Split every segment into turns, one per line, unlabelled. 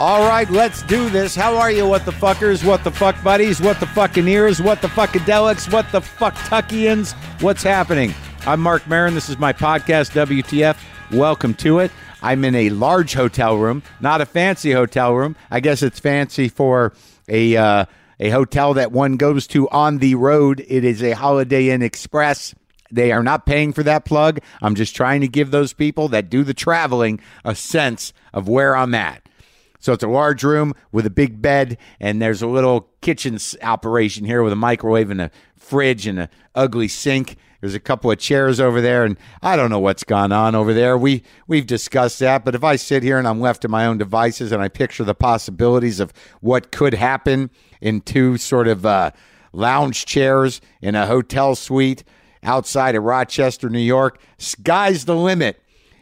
All right, let's do this. How are you, what the fuckers, what the fuck buddies, what the fucking ears, what the fuckadelics, what the fucktuckians? What's happening? I'm Mark Marin. This is my podcast, WTF. Welcome to it. I'm in a large hotel room, not a fancy hotel room. I guess it's fancy for a uh, a hotel that one goes to on the road. It is a Holiday Inn Express. They are not paying for that plug. I'm just trying to give those people that do the traveling a sense of where I'm at. So it's a large room with a big bed, and there's a little kitchen s- operation here with a microwave and a fridge and an ugly sink. There's a couple of chairs over there, and I don't know what's gone on over there. We we've discussed that, but if I sit here and I'm left to my own devices and I picture the possibilities of what could happen in two sort of uh, lounge chairs in a hotel suite outside of Rochester, New York, sky's the limit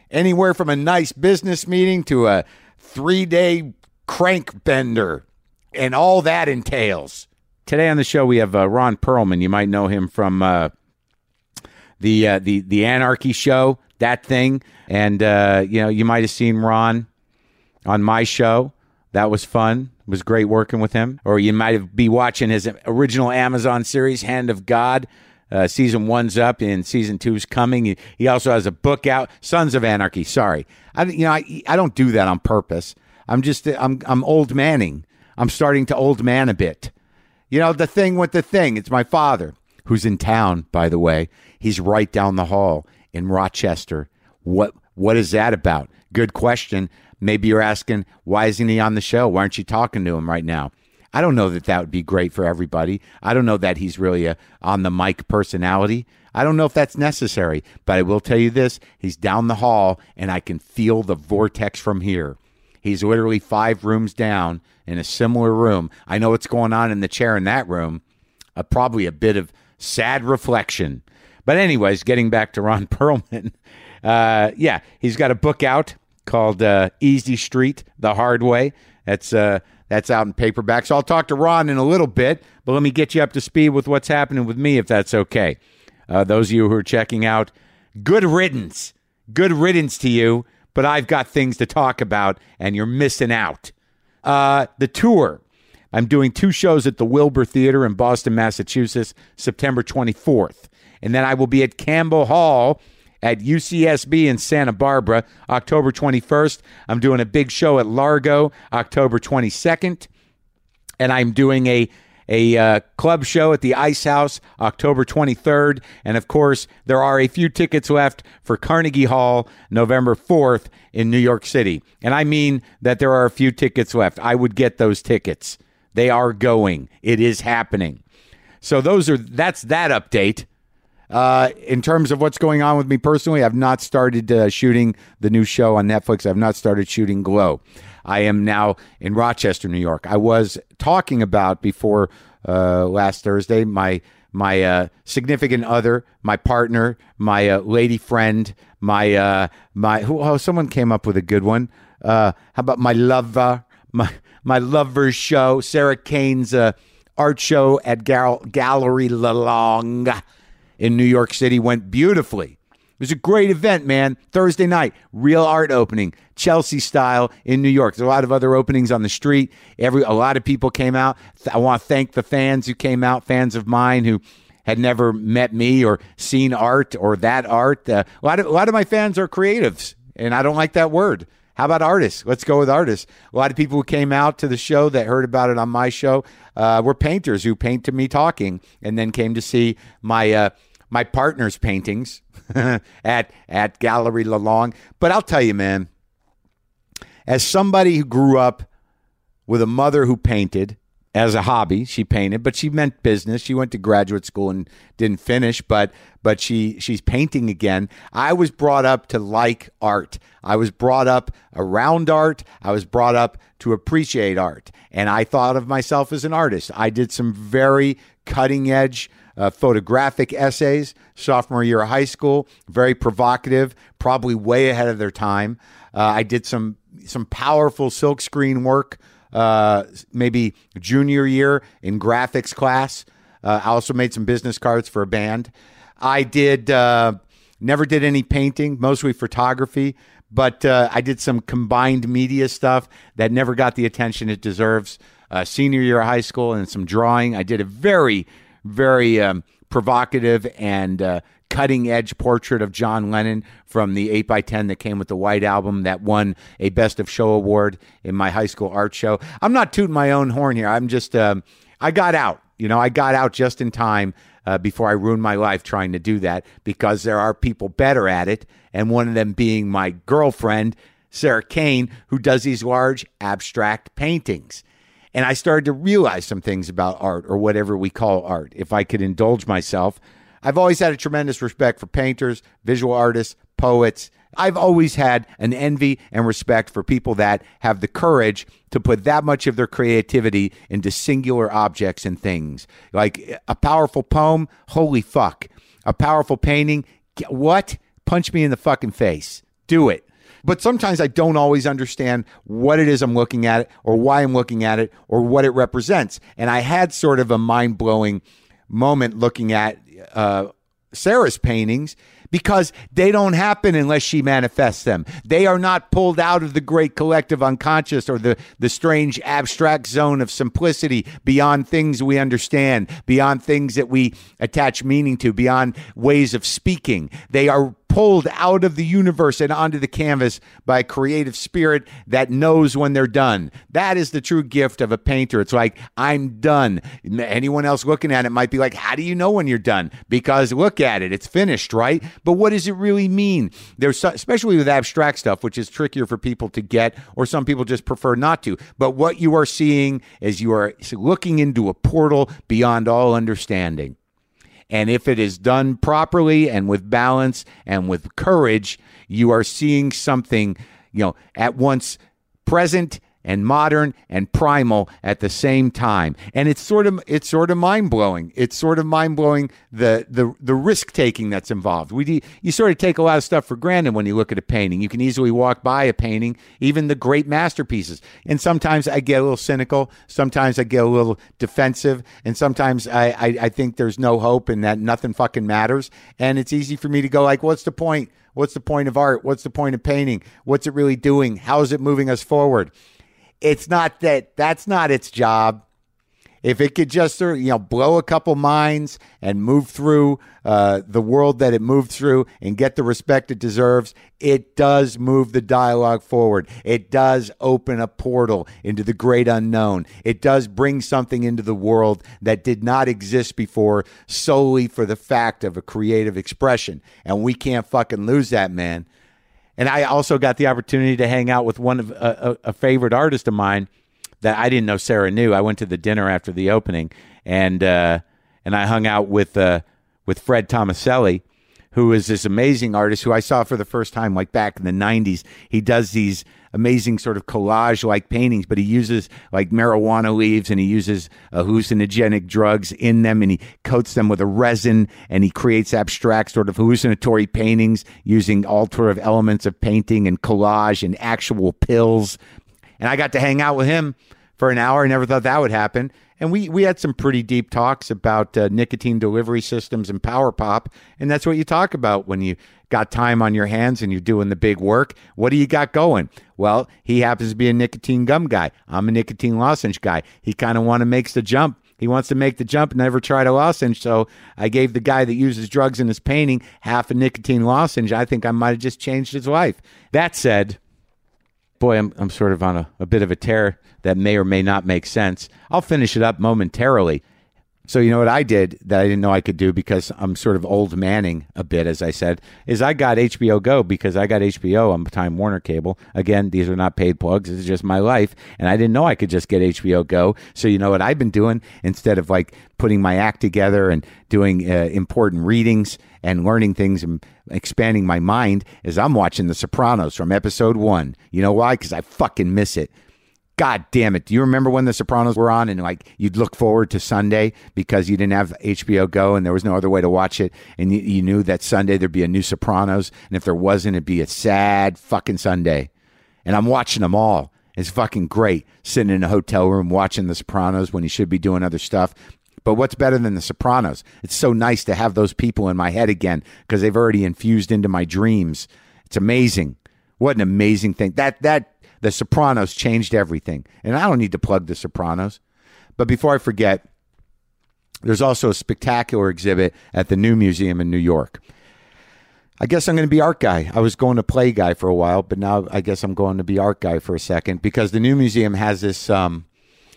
anywhere from a nice business meeting to a three day crank bender and all that entails. Today on the show, we have uh, Ron Perlman. You might know him from uh, the, uh, the, the Anarchy Show, that thing. And, uh, you know, you might have seen Ron on my show. That was fun. It was great working with him. Or you might have be watching his original Amazon series, Hand of God. Uh, season one's up and season two's coming. He, he also has a book out, Sons of Anarchy. Sorry, I you know I I don't do that on purpose. I'm just I'm I'm old manning. I'm starting to old man a bit. You know, the thing with the thing, it's my father who's in town, by the way. He's right down the hall in Rochester. What what is that about? Good question. Maybe you're asking, why isn't he on the show? Why aren't you talking to him right now? I don't know that that would be great for everybody. I don't know that he's really a on the mic personality. I don't know if that's necessary, but I will tell you this, he's down the hall and I can feel the vortex from here. He's literally five rooms down in a similar room. I know what's going on in the chair in that room. Uh, probably a bit of sad reflection. But, anyways, getting back to Ron Perlman. Uh, yeah, he's got a book out called uh, Easy Street The Hard Way. That's, uh, that's out in paperback. So I'll talk to Ron in a little bit, but let me get you up to speed with what's happening with me, if that's okay. Uh, those of you who are checking out, good riddance. Good riddance to you, but I've got things to talk about, and you're missing out. Uh, the tour. I'm doing two shows at the Wilbur Theater in Boston, Massachusetts, September 24th. And then I will be at Campbell Hall at UCSB in Santa Barbara, October 21st. I'm doing a big show at Largo, October 22nd and I'm doing a a uh, club show at the Ice House October 23rd, and of course there are a few tickets left for Carnegie Hall November 4th in New York City, and I mean that there are a few tickets left. I would get those tickets. They are going. It is happening. So those are that's that update. Uh, in terms of what's going on with me personally, I've not started uh, shooting the new show on Netflix. I've not started shooting Glow. I am now in Rochester, New York. I was talking about before uh, last Thursday my my uh, significant other, my partner, my uh, lady friend, my uh, my who, oh someone came up with a good one. Uh, how about my lover, my my lover's show, Sarah Kane's uh, art show at Gal- Gallery Lalong in New York City went beautifully. It was a great event, man. Thursday night, real art opening, Chelsea style in New York. There's a lot of other openings on the street. Every a lot of people came out. Th- I want to thank the fans who came out, fans of mine who had never met me or seen art or that art. Uh, a lot of a lot of my fans are creatives, and I don't like that word. How about artists? Let's go with artists. A lot of people who came out to the show that heard about it on my show uh, were painters who paint to me talking, and then came to see my. Uh, my partner's paintings at at Gallery Lalong. But I'll tell you, man, as somebody who grew up with a mother who painted as a hobby, she painted, but she meant business. She went to graduate school and didn't finish, but but she she's painting again. I was brought up to like art. I was brought up around art. I was brought up to appreciate art, and I thought of myself as an artist. I did some very cutting edge uh, photographic essays sophomore year of high school. Very provocative, probably way ahead of their time. Uh, I did some some powerful silkscreen work. Uh, maybe junior year in graphics class. Uh, I also made some business cards for a band. I did uh, Never did any painting, mostly photography, but uh, I did some combined media stuff that never got the attention it deserves. Uh, senior year of high school and some drawing. I did a very, very um, provocative and uh, cutting edge portrait of John Lennon from the 8 by 10 that came with the White Album that won a Best of Show award in my high school art show. I'm not tooting my own horn here. I'm just, um, I got out. You know, I got out just in time uh, before I ruined my life trying to do that because there are people better at it. And one of them being my girlfriend, Sarah Kane, who does these large abstract paintings. And I started to realize some things about art or whatever we call art, if I could indulge myself. I've always had a tremendous respect for painters, visual artists, poets. I've always had an envy and respect for people that have the courage to put that much of their creativity into singular objects and things. Like a powerful poem, holy fuck. A powerful painting, get- what? Punch me in the fucking face. Do it but sometimes I don't always understand what it is I'm looking at or why I'm looking at it or what it represents. And I had sort of a mind blowing moment looking at uh, Sarah's paintings because they don't happen unless she manifests them. They are not pulled out of the great collective unconscious or the, the strange abstract zone of simplicity beyond things we understand, beyond things that we attach meaning to, beyond ways of speaking. They are pulled out of the universe and onto the canvas by a creative spirit that knows when they're done. That is the true gift of a painter. It's like, I'm done. Anyone else looking at it might be like, How do you know when you're done? Because look at it, it's finished, right? But what does it really mean? There's, so- especially with abstract stuff, which is trickier for people to get, or some people just prefer not to. But what you are seeing is you are looking into a portal beyond all understanding. And if it is done properly and with balance and with courage, you are seeing something, you know, at once present and modern and primal at the same time. And it's sort of it's sort of mind-blowing. It's sort of mind-blowing the the the risk-taking that's involved. We de- you sort of take a lot of stuff for granted when you look at a painting. You can easily walk by a painting, even the great masterpieces. And sometimes I get a little cynical, sometimes I get a little defensive, and sometimes I, I, I think there's no hope and that nothing fucking matters. And it's easy for me to go like, what's the point? What's the point of art? What's the point of painting? What's it really doing? How is it moving us forward? It's not that that's not its job if it could just sort of, you know blow a couple minds and move through uh, the world that it moved through and get the respect it deserves, it does move the dialogue forward. It does open a portal into the great unknown. It does bring something into the world that did not exist before solely for the fact of a creative expression, and we can't fucking lose that man. And I also got the opportunity to hang out with one of a, a, a favorite artist of mine that I didn't know Sarah knew. I went to the dinner after the opening, and uh, and I hung out with uh, with Fred Tomaselli, who is this amazing artist who I saw for the first time like back in the '90s. He does these amazing sort of collage like paintings, but he uses like marijuana leaves and he uses uh, hallucinogenic drugs in them, and he coats them with a resin, and he creates abstract sort of hallucinatory paintings using all sort of elements of painting and collage and actual pills and I got to hang out with him for an hour. I never thought that would happen. And we we had some pretty deep talks about uh, nicotine delivery systems and power pop, and that's what you talk about when you got time on your hands and you're doing the big work. What do you got going? Well, he happens to be a nicotine gum guy. I'm a nicotine lozenge guy. He kind of want to makes the jump. He wants to make the jump, never tried a lozenge. So I gave the guy that uses drugs in his painting half a nicotine lozenge. I think I might have just changed his life. That said, boy, I'm, I'm sort of on a, a bit of a tear that may or may not make sense. I'll finish it up momentarily. So, you know what I did that I didn't know I could do because I'm sort of old manning a bit, as I said, is I got HBO Go because I got HBO on Time Warner Cable. Again, these are not paid plugs. This is just my life. And I didn't know I could just get HBO Go. So, you know what I've been doing instead of like putting my act together and doing uh, important readings and learning things and expanding my mind is I'm watching The Sopranos from episode one. You know why? Because I fucking miss it. God damn it. Do you remember when The Sopranos were on and like you'd look forward to Sunday because you didn't have HBO Go and there was no other way to watch it? And you, you knew that Sunday there'd be a new Sopranos. And if there wasn't, it'd be a sad fucking Sunday. And I'm watching them all. It's fucking great sitting in a hotel room watching The Sopranos when you should be doing other stuff. But what's better than The Sopranos? It's so nice to have those people in my head again because they've already infused into my dreams. It's amazing. What an amazing thing. That that The Sopranos changed everything. And I don't need to plug The Sopranos. But before I forget, there's also a spectacular exhibit at the New Museum in New York. I guess I'm going to be art guy. I was going to play guy for a while, but now I guess I'm going to be art guy for a second because the new museum has this um,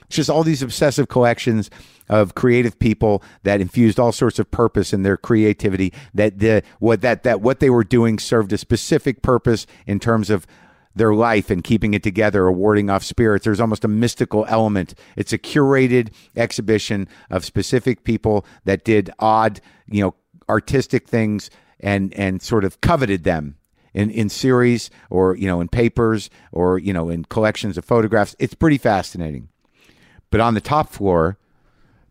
it's just all these obsessive collections of creative people that infused all sorts of purpose in their creativity that the what that that what they were doing served a specific purpose in terms of their life and keeping it together or warding off spirits. There's almost a mystical element. It's a curated exhibition of specific people that did odd, you know, artistic things and and sort of coveted them in in series or you know in papers or you know in collections of photographs. It's pretty fascinating. But on the top floor,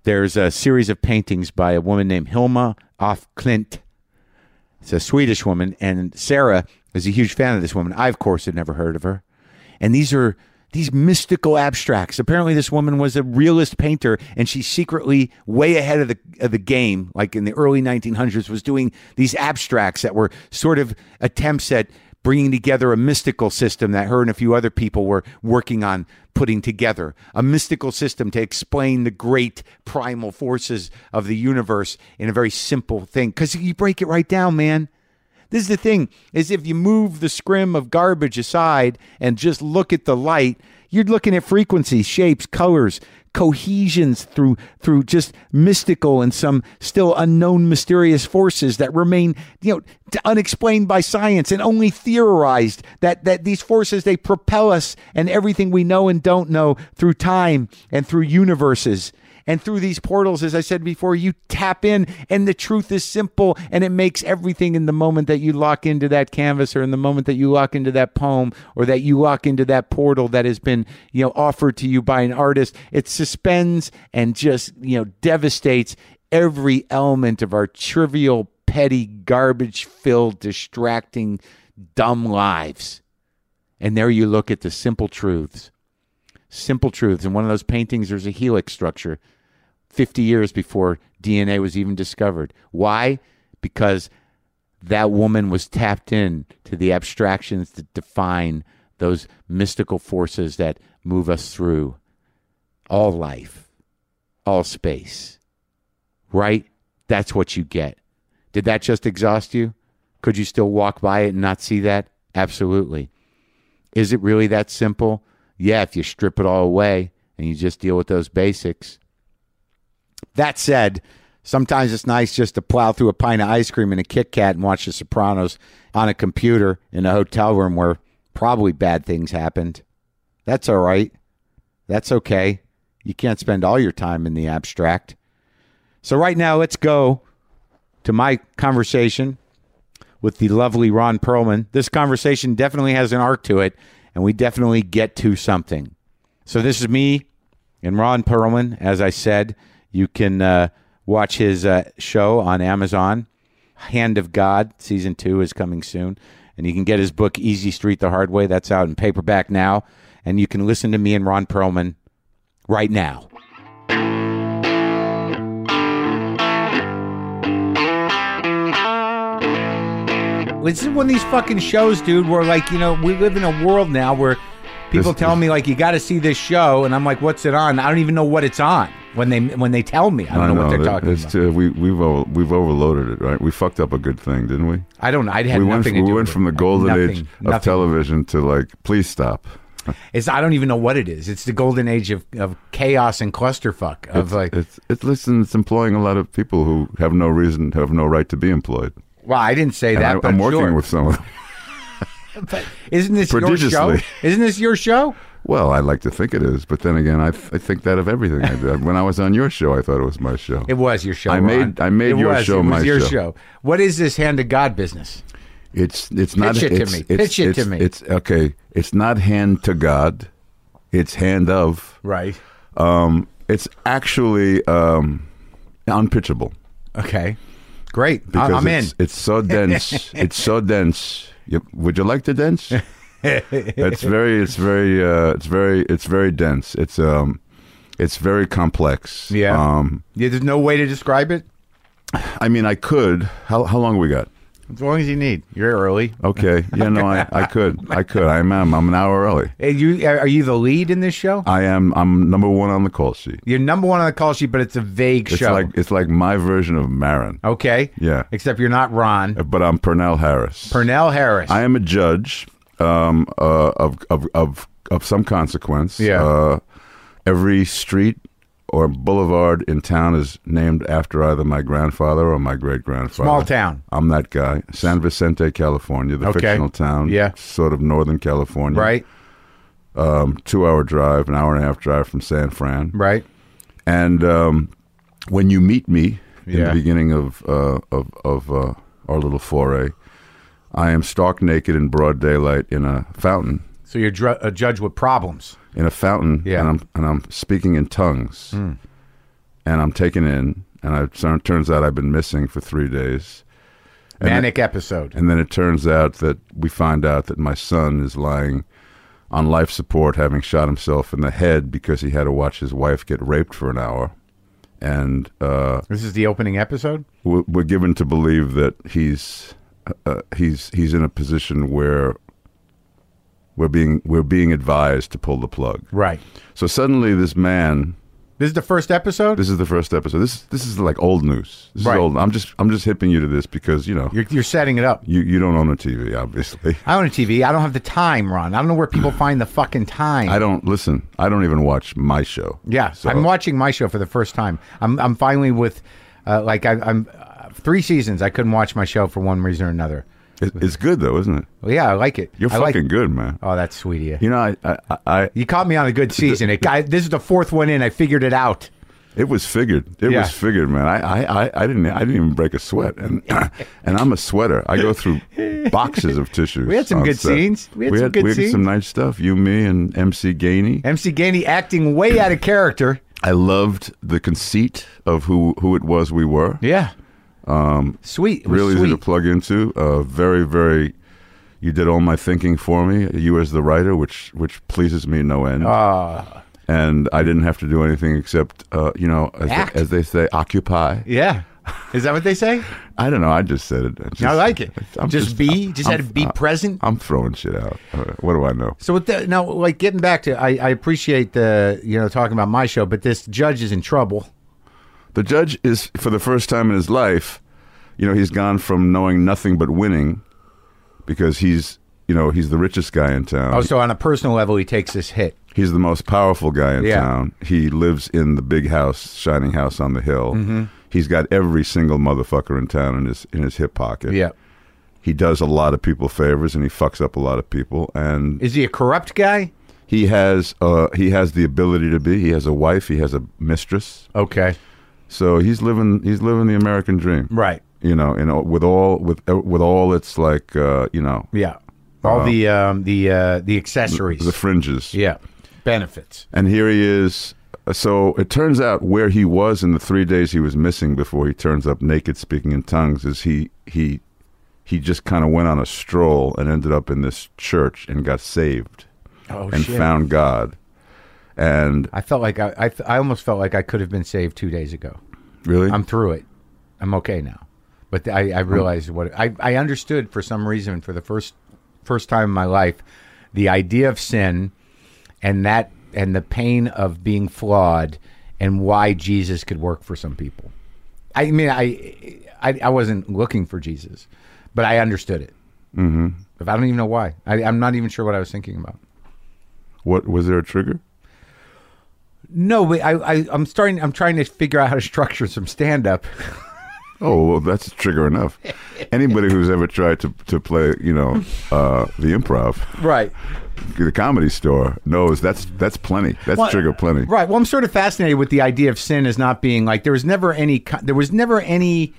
there's a series of paintings by a woman named Hilma af Klint. It's a Swedish woman, and Sarah is a huge fan of this woman. I, of course, had never heard of her. And these are these mystical abstracts. Apparently, this woman was a realist painter, and she secretly, way ahead of the of the game, like in the early 1900s, was doing these abstracts that were sort of attempts at bringing together a mystical system that her and a few other people were working on putting together a mystical system to explain the great primal forces of the universe in a very simple thing because you break it right down man this is the thing is if you move the scrim of garbage aside and just look at the light you're looking at frequencies shapes colors cohesions through through just mystical and some still unknown mysterious forces that remain you know t- unexplained by science and only theorized that that these forces they propel us and everything we know and don't know through time and through universes and through these portals, as I said before, you tap in, and the truth is simple, and it makes everything in the moment that you lock into that canvas, or in the moment that you lock into that poem, or that you lock into that portal that has been, you know, offered to you by an artist. It suspends and just, you know, devastates every element of our trivial, petty, garbage-filled, distracting, dumb lives. And there you look at the simple truths simple truths. In one of those paintings, there's a helix structure 50 years before DNA was even discovered. Why? Because that woman was tapped in to the abstractions that define those mystical forces that move us through all life, all space. Right? That's what you get. Did that just exhaust you? Could you still walk by it and not see that? Absolutely. Is it really that simple? Yeah, if you strip it all away and you just deal with those basics. That said, sometimes it's nice just to plow through a pint of ice cream and a Kit Kat and watch The Sopranos on a computer in a hotel room where probably bad things happened. That's all right. That's okay. You can't spend all your time in the abstract. So, right now, let's go to my conversation with the lovely Ron Perlman. This conversation definitely has an arc to it, and we definitely get to something. So this is me and Ron Perlman. As I said, you can uh, watch his uh, show on Amazon. Hand of God season two is coming soon, and you can get his book Easy Street the Hard Way. That's out in paperback now, and you can listen to me and Ron Perlman right now. This is one of these fucking shows, dude, where like, you know, we live in a world now where people
This-
tell me like you gotta see this show and I'm like, what's it on? I don't even know what it's on when they when they tell me. I don't know what they're
that-
talking
it's
about.
too- we, we've, over, we've overloaded it, right? We fucked up a good thing, didn't we?
I don't know. I had
we went,
nothing
we
to do
went
with
from
it.
the golden
Nothing.
age of
Nothing.
television to like, please stop.
It's I don't even know what it is. It's the golden age of, of chaos and clusterfuck of like
It's, it's, listen, it's employing a lot of people who have no reason, have no right to be employed.
well, I didn't say
And
that,
I,
but
am working
sure.
with some of them.
But isn't this your show?
Prodigiously.
Isn't this your show?
Well, I like to think it is, but then again, I, th- I think that of everything I do. when I was on your show, I thought it was my show.
It was your show.
I
Ron.
made- I made
it
your
was,
show
It was
my
your
show.
What is this hand to God business?
It's it's not
Pitch it to
it's,
me.
It's,
Pitch it
it's-
to me.
It's okay. It's not hand to God. It's hand of.
Right.
Um, it's actually um, unpitchable.
Okay. Great. I,
because
I'm in.
it's, It's so dense. it's so dense. You- would you like the dense? it's very. It's very. Uh, it's very. It's very dense. It's um. It's very complex.
Yeah.
Um,
Yeah, there's no way to describe it.
I mean, I could. How how long we got?
As long as you need. You're early.
Okay. Yeah. No, I, I could. I could. I am. I'm an hour early.
Hey, you are you the lead in this show?
I am. I'm number one on the call sheet.
You're number one on the call sheet, but it's a vague
It's
show.
like it's like my version of Marin,
okay.
Yeah.
Except you're not Ron.
but I'm Pernell Harris.
Pernell Harris.
I am a judge um, uh, of, of of of some consequence.
Yeah.
Uh, every street or boulevard in town is named after either my grandfather or my great grandfather.
Small town.
I'm that guy. San Vicente, California, the
Okay.
fictional town.
Yeah.
Sort of northern California.
Right.
Um, two hour drive, an hour and a half drive from San Fran.
Right.
And um, when you meet me in
Yeah.
the beginning of uh, of, of uh, our little foray, I am stark naked in broad daylight in a fountain,
So you're dr- a judge with problems.
in a fountain,
Yeah. Hmm.
and I'm and I'm speaking in tongues, and I'm taken in, and I so it turns out I've been missing for three days, And
Manic episode.
and then it turns out that we find out that my son is lying on life support, having shot himself in the head because he had to watch his wife get raped for an hour, and. Uh,
This is the opening episode.
we're we're given to believe that he's uh, he's he's in a position where we're being we're being advised to pull the plug.
Right.
So suddenly, this man.
This is the first episode.
This is the first episode. This this is like old news. This
Right.
is old. I'm just I'm just hipping you to this because you know
you're, you're setting it up.
you you don't own a TV, obviously.
I own a TV. I don't have the time, Ron. I don't know where people find the fucking time.
I don't listen. I don't even watch my show.
Yeah,
So-
I'm watching my show for the first time. I'm I'm finally with, uh, like I, I'm uh, three seasons. I couldn't watch my show Oh, for one reason or another.
It, it's good though, isn't it?
Well, yeah, I like it.
You're
I like-
fucking good, man.
oh, that's sweet of you.
You know, I, I, I, I
You caught me on a good season. It, I, this is the fourth one in. I figured it out.
It was figured. It
Yeah.
was figured, man. I, I, I, I didn't I didn't even break a sweat, and and I'm a sweater. I go through boxes of tissues.
We had some
on
good
set.
scenes. We had some good
we
scenes.
some nice stuff. You, me, and MC Gainey.
MC Ganey acting way out of character.
I loved the conceit of who who it was we were.
Yeah. Um, sweet. It was
really easy to
sweet.
plug into. Uh, very very. You did all my thinking for me. You as the writer, which which pleases me no end.
Ah.
and I didn't have to do anything except, uh, you know, as
Act.
they, as they say, occupy.
yeah. Is that what they say?
I don't know. I just said it. just-
I like it.
I'm
just, be. Just
I'm- uh,
had to be present.
I'm throwing shit out. Uh, What do I know?
So with the, now, like getting back to, I, I appreciate the you know talking about my show, but this judge is in trouble.
The judge is for the first time in his life. You know, he's gone from knowing nothing but winning, because he's you know he's the richest guy in town.
Oh, so on a personal level, he takes this hit.
he's the most powerful guy in
Yeah.
town. He lives in the big house, shining house on the hill.
Mm-hmm.
He's got every single motherfucker in town in his in his hip pocket. he does a lot of people favors and he fucks up a lot of people. And
Is he a corrupt guy?
He has uh, he has the ability to be. He has a wife. He has a mistress.
Okay.
So he's living he's living the American dream,
Right.
You know, and all- with all with uh, with all its like uh, you know
Yeah. All the um the uh the accessories.
the fringes.
yeah. Benefits.
And here he is. So it turns out where he was in the three days he was missing before he turns up naked speaking in tongues is he he he just kind of went on a stroll and ended up in this church and got saved
Oh
and found God. And
I felt like I, I I almost felt like I could have been saved two days ago.
really,
I'm through it. I'm okay now. But I, I realized what I, I understood for some reason for the first first time in my life the idea of sin and that and the pain of being flawed and why Jesus could work for some people. I mean I I, I wasn't looking for Jesus, but I understood it. Mm-hmm. If I don't even know why, I, I'm not even sure what I was thinking about.
what was there a trigger?
No, but I, I I'm starting. I'm trying to figure out how to structure some stand up.
Oh, well, that's trigger enough. Anybody who's ever tried to, to play, you know, uh, the improv,
right.
the comedy store knows that's that's plenty. That's
Well,
trigger plenty.
Right. Well, I'm sort of fascinated with the idea of sin as not being like there was never any co- there was never any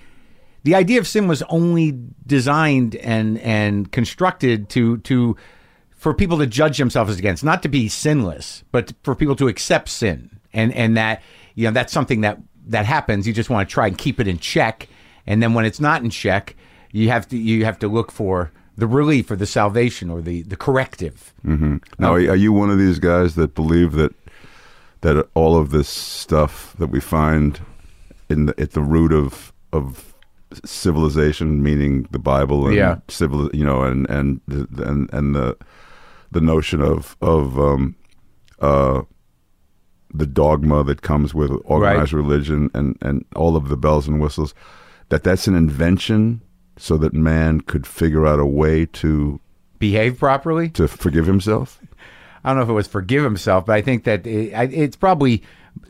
the idea of sin was only designed and and constructed to to for people to judge themselves against, not to be sinless, but for people to accept sin and and that you know that's something that that happens. You just want to try and keep it in check, and then when it's not in check, you have to you have to look for the relief or the salvation or the the corrective.
Mm. Now, are, are you one of these guys that believe that that all of this stuff that we find in the, at the root of of civilization, meaning the Bible and
Yeah.
civil, you know, and and and and the the notion of of um, uh, the dogma that comes with organized religion and and all of the bells and whistles, that that's an invention so that man could figure out a way to
behave properly.
to forgive himself.
I don't know if it was forgive himself, but I think that it, I- it's probably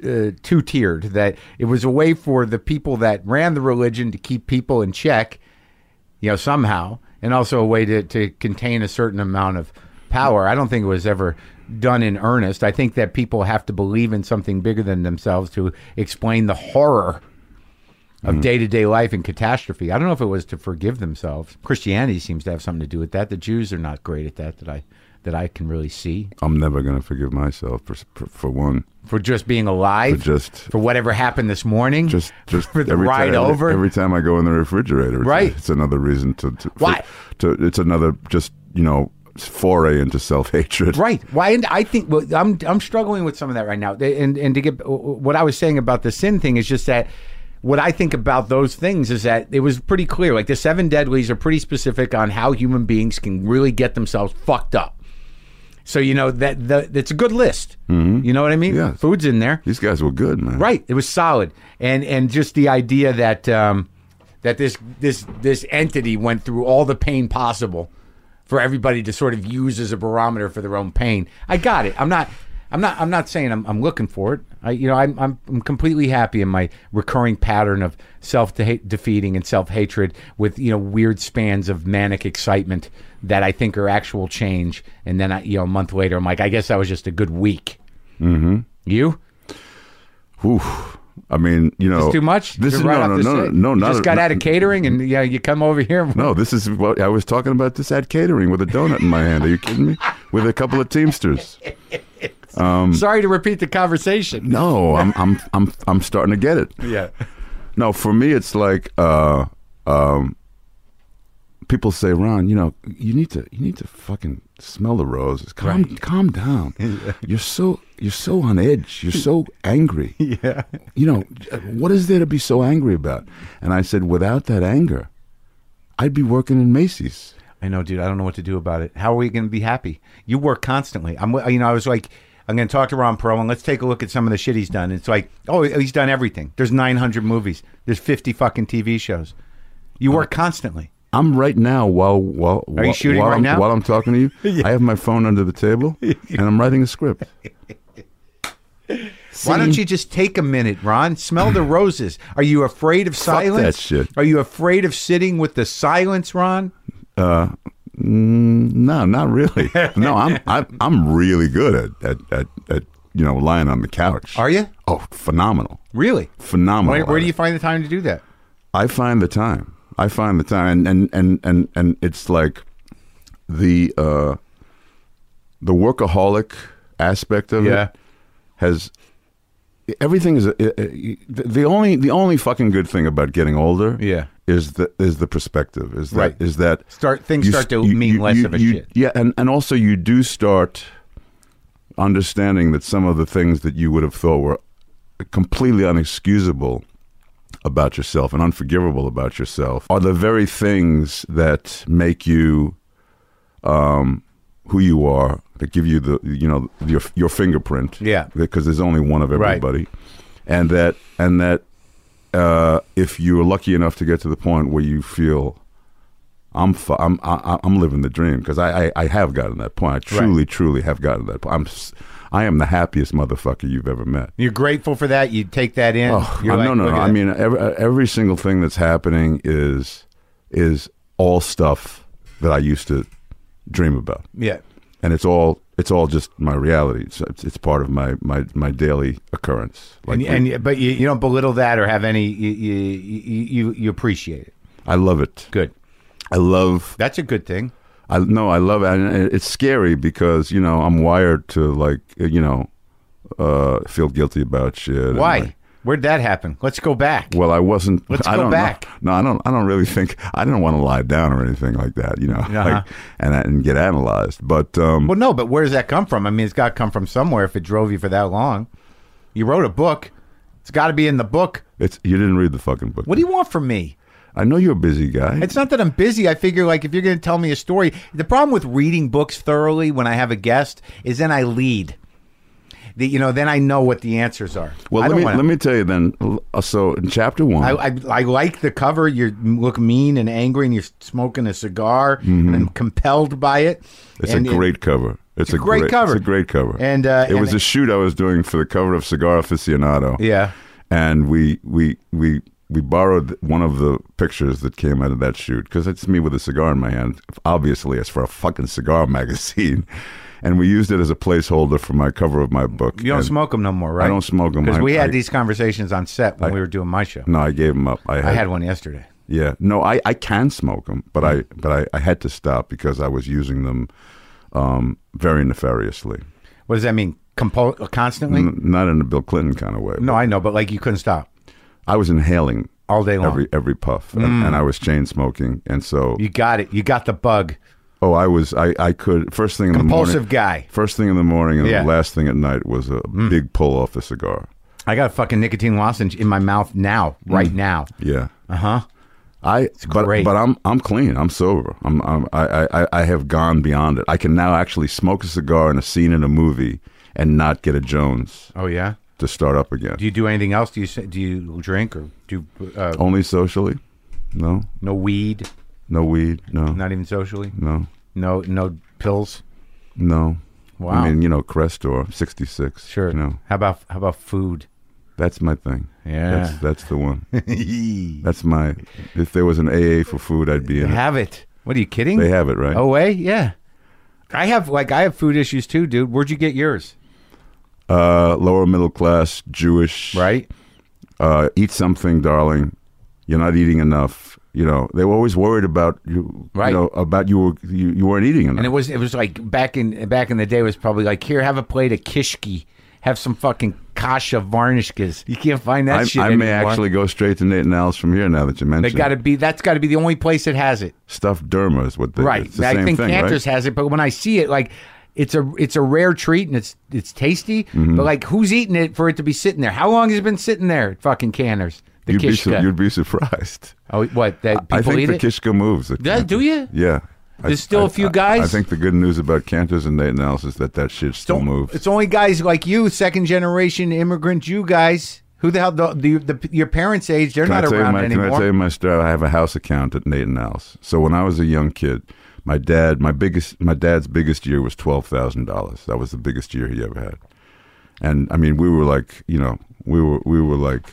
uh, two tiered. That it was a way for the people that ran the religion to keep people in check, you know, somehow, and also a way to, to contain a certain amount of power. I don't think it was ever done in earnest. I think that people have to believe in something bigger than themselves to explain the horror of day to day life and catastrophe. I don't know if it was to forgive themselves. Christianity seems to have something to do with that. The Jews are not great at that. That I that I can really see
I'm never going to forgive myself for for, for one.
for just being alive,
For just-
for whatever happened this morning,
Just just
for the
every
ride
time,
over.
Every time I go in the refrigerator, it's-
Right.
It's, another reason to, to for-
Why?
to it's another just you know foray into self hatred.
Right. Why? And I think well, I'm I'm struggling with some of that right now. And and to get what I was saying about the sin thing is just that what I think about those things is that it was pretty clear. Like the seven deadlies are pretty specific on how human beings can really get themselves fucked up. So you know that the, that's a good list. You know what I mean?
Mm-hmm. Yes.
Food's in there.
These guys were good, man.
Right. It was solid, and and just the idea that um, that this this this entity went through all the pain possible for everybody to sort of use as a barometer for their own pain. I got it. I'm not. I'm not. I'm not saying I'm, I'm looking for it. I, you know, I'm, I'm I'm completely happy in my recurring pattern of self defeating and self hatred with you know weird spans of manic excitement that I think are actual change, and then I, you know a month later I'm like, I guess that was just a good week. Mm-hmm. You?
Whew. I mean, you know,
It's too much.
This
to
is
run
no,
off
no,
Oh, this-
no, no,
You
not
just
a-
got
not-
out of catering, and yeah, you come over here.
No, this is what I was talking about. This at catering with a donut in my hand. Are you kidding me? With a couple of Teamsters.
Sorry to repeat the conversation.
No, I'm, I'm, I'm, I'm starting to get it.
Yeah,
No, for me, it's like uh, um, people say, Ron, you know, you need to, you need to fucking smell the roses. Calm, calm down. You're so, you're so on edge. You're so angry. Yeah. You know, what is there to be so angry about? And I said, without that anger, I'd be working in Macy's.
I know, dude. I don't know what to do about it. How are we going to be happy? You work constantly. I'm, uh, you know, I was like, I'm going to talk to Ron Perlman. Let's take a look at some of the shit he's done. It's like, oh, he's done everything. There's 900 movies. There's 50 fucking TV shows. You work constantly.
I'm right now while while
Are you
while,
shooting
while
right
I'm,
now?
while I'm talking to you. I have my phone under the table and I'm writing a script.
Why don't you just take a minute, Ron? Smell the roses. Are you afraid of silence?
that shit.
Are you afraid of sitting with the silence, Ron?
Mm, no, not really. No, I'm I'm, I'm really good at, at at at you know lying on the couch.
Are you?
Oh, phenomenal,
Really?
phenomenal.
Where, where
at
do
it.
you find the time to do that?
I find the time. I find the time, and and and and, and it's like the uh, the workaholic aspect of
Yeah.
it has everything is uh, uh, the the only the only fucking good thing about getting older.
Yeah.
is the is the perspective. Is that is
Right.
that
Start- things start to
st-
mean less of a
you-
shit.
Yeah, and and also you do start understanding that some of the things that you would have thought were completely unexcusable about yourself and unforgivable about yourself are the very things that make you um, who you are that give you the you know your your fingerprint
Yeah.
because there's only one of
Right.
everybody and that and that uh, if you're lucky enough to get to the point where you feel I'm fu- I'm I, I'm living the dream because I, I I have gotten to that point I truly truly have gotten to that point I'm s- I am the happiest motherfucker you've ever met
You're grateful for that. You take that in.
Oh,
You're
I-
like,
no, no,
look
no.
at
I
that.
mean, every, every single thing that's happening is is all stuff that I used to dream about,
yeah,
and it's all it's all just my reality. It's it's, it's part of my, my my daily occurrence. Like,
and, and but you, you don't belittle that or have any. You you, you you- you appreciate it.
I love it.
Good.
I love.
That's a good thing.
I no, I love it. And it's scary because you know I'm wired to like you know uh, feel guilty about shit. and, like,
Why? Where'd that happen? Let's go back.
Well, I wasn't.
Let's
I
go
don't
back.
Know. No, I don't. I don't really think I didn't want to lie down or anything like that. You know,
Uh-huh.
like, and and get analyzed. But um,
Well, no, but where does that come from? I mean, it's got to come from somewhere. If it drove you for that long,
You wrote a book. It's got to be in the book.
It's you didn't read the fucking book.
What do you want from me?
I know you're a busy guy.
It's not that I'm busy. I figure like if you're going to tell me a story, the problem with reading books thoroughly when I have a guest is then I lead. The, you know, then I know what the answers are.
well,
I
let
don't
me
wanna-
let me tell you then. l- So in chapter one,
I, I, I like the cover. You look mean and angry, and you're smoking a cigar,
Mm-hmm.
and I'm compelled by it.
it's
And-
a
and-
great cover. It's,
a great cover.
It's a great cover.
And, uh,
it was
and-
a shoot I was doing for the cover of Cigar Aficionado.
Yeah.
and we we we we borrowed one of the pictures that came out of that shoot because it's me with a cigar in my hand. Obviously, it's for a fucking cigar magazine, and we used it as a placeholder for my cover of my book.
You don't
And-
smoke them no more, right?
I don't smoke 'em.
because
I-
we had
I-
these conversations on set when we were doing my show.
No, I gave them up. I had,
I had one yesterday.
yeah. No, I, I can smoke them, but I
Mm.
but I, I had to stop because I was using them um, very nefariously.
What does that mean? Compo- constantly?
N- not in a Bill Clinton kind of way.
No, I know, but like you couldn't stop
I was inhaling
all day long. Mm.
every every puff, and, and I was chain smoking, and so
you got it. You got the bug.
Oh, I was I, I could first thing in the
Compulsive
morning.
guy.
First thing in the morning and
Yeah. Hmm.
the last thing at night was a big pull off a cigar.
I got a fucking nicotine lozenge in my mouth now,
Mm.
right now.
Yeah.
Uh huh.
I but
great.
but I'm I'm clean. I'm sober. I'm, I'm I, I I have gone beyond it. I can now actually smoke a cigar in a scene in a movie and not get a Jones
Oh yeah.
to start up again.
Do you do anything else? Do you do you drink or do uh,
Only socially? No.
no weed?
No weed. No.
Not even socially.
No.
No no pills.
No.
Wow.
I mean, you know, Crestor, sixty six.
Sure.
You know,
How about how about food?
that's my thing.
Yeah.
That's that's the one. That's my. If there was an AA for food, I'd be in it.
Have it. What are you kidding?
They have it, right?
Oh way, yeah. I have like I have food issues too, dude. Where'd you get yours?
Uh, lower middle class, Jewish.
Right.
Uh, eat something, darling. You're not eating enough. You know, they were always worried about you.
Right.
You know, about you were you, you weren't eating enough.
And it was it was like back in back in the day it was probably like here have a plate of kishki, have some fucking kasha varnishkas. You can't find that
I,
shit.
I may
anymore.
actually go straight to Nate and Alice from here now that you
They
mentioned.
got to be. That's got to be the only place that has it,
stuffed derma is what they.
right?
It's the
I
same
think
thing,
Cantor's
right?
has it, but when I see it, like it's a it's a rare treat and it's it's tasty.
Mm-hmm.
But like, who's eating it for it to be sitting there? How long has it been sitting there? at Fucking Cantor's, the
You'd be,
kishka.
su- you'd be surprised.
oh, what that people
I think
eat
the
it?
kishka moves. at
Yeah, do
Cantor's.
you?
Yeah.
There's still
a
a few guys?
I, think the good news about Cantor's and Nate and Alice is that that shit still
Don't-
moves.
It's only guys like you, second generation immigrant Jew guys. Who the hell? The, the, the your parents' age, they're
Can I
not
tell you
around
my,
anymore.
Can I tell you my story? I have a house account at Nathan House. So when I was a young kid, my dad, my biggest, my dad's biggest year was twelve thousand dollars. That was the biggest year he ever had. And I mean, we were like, you know, we were we were like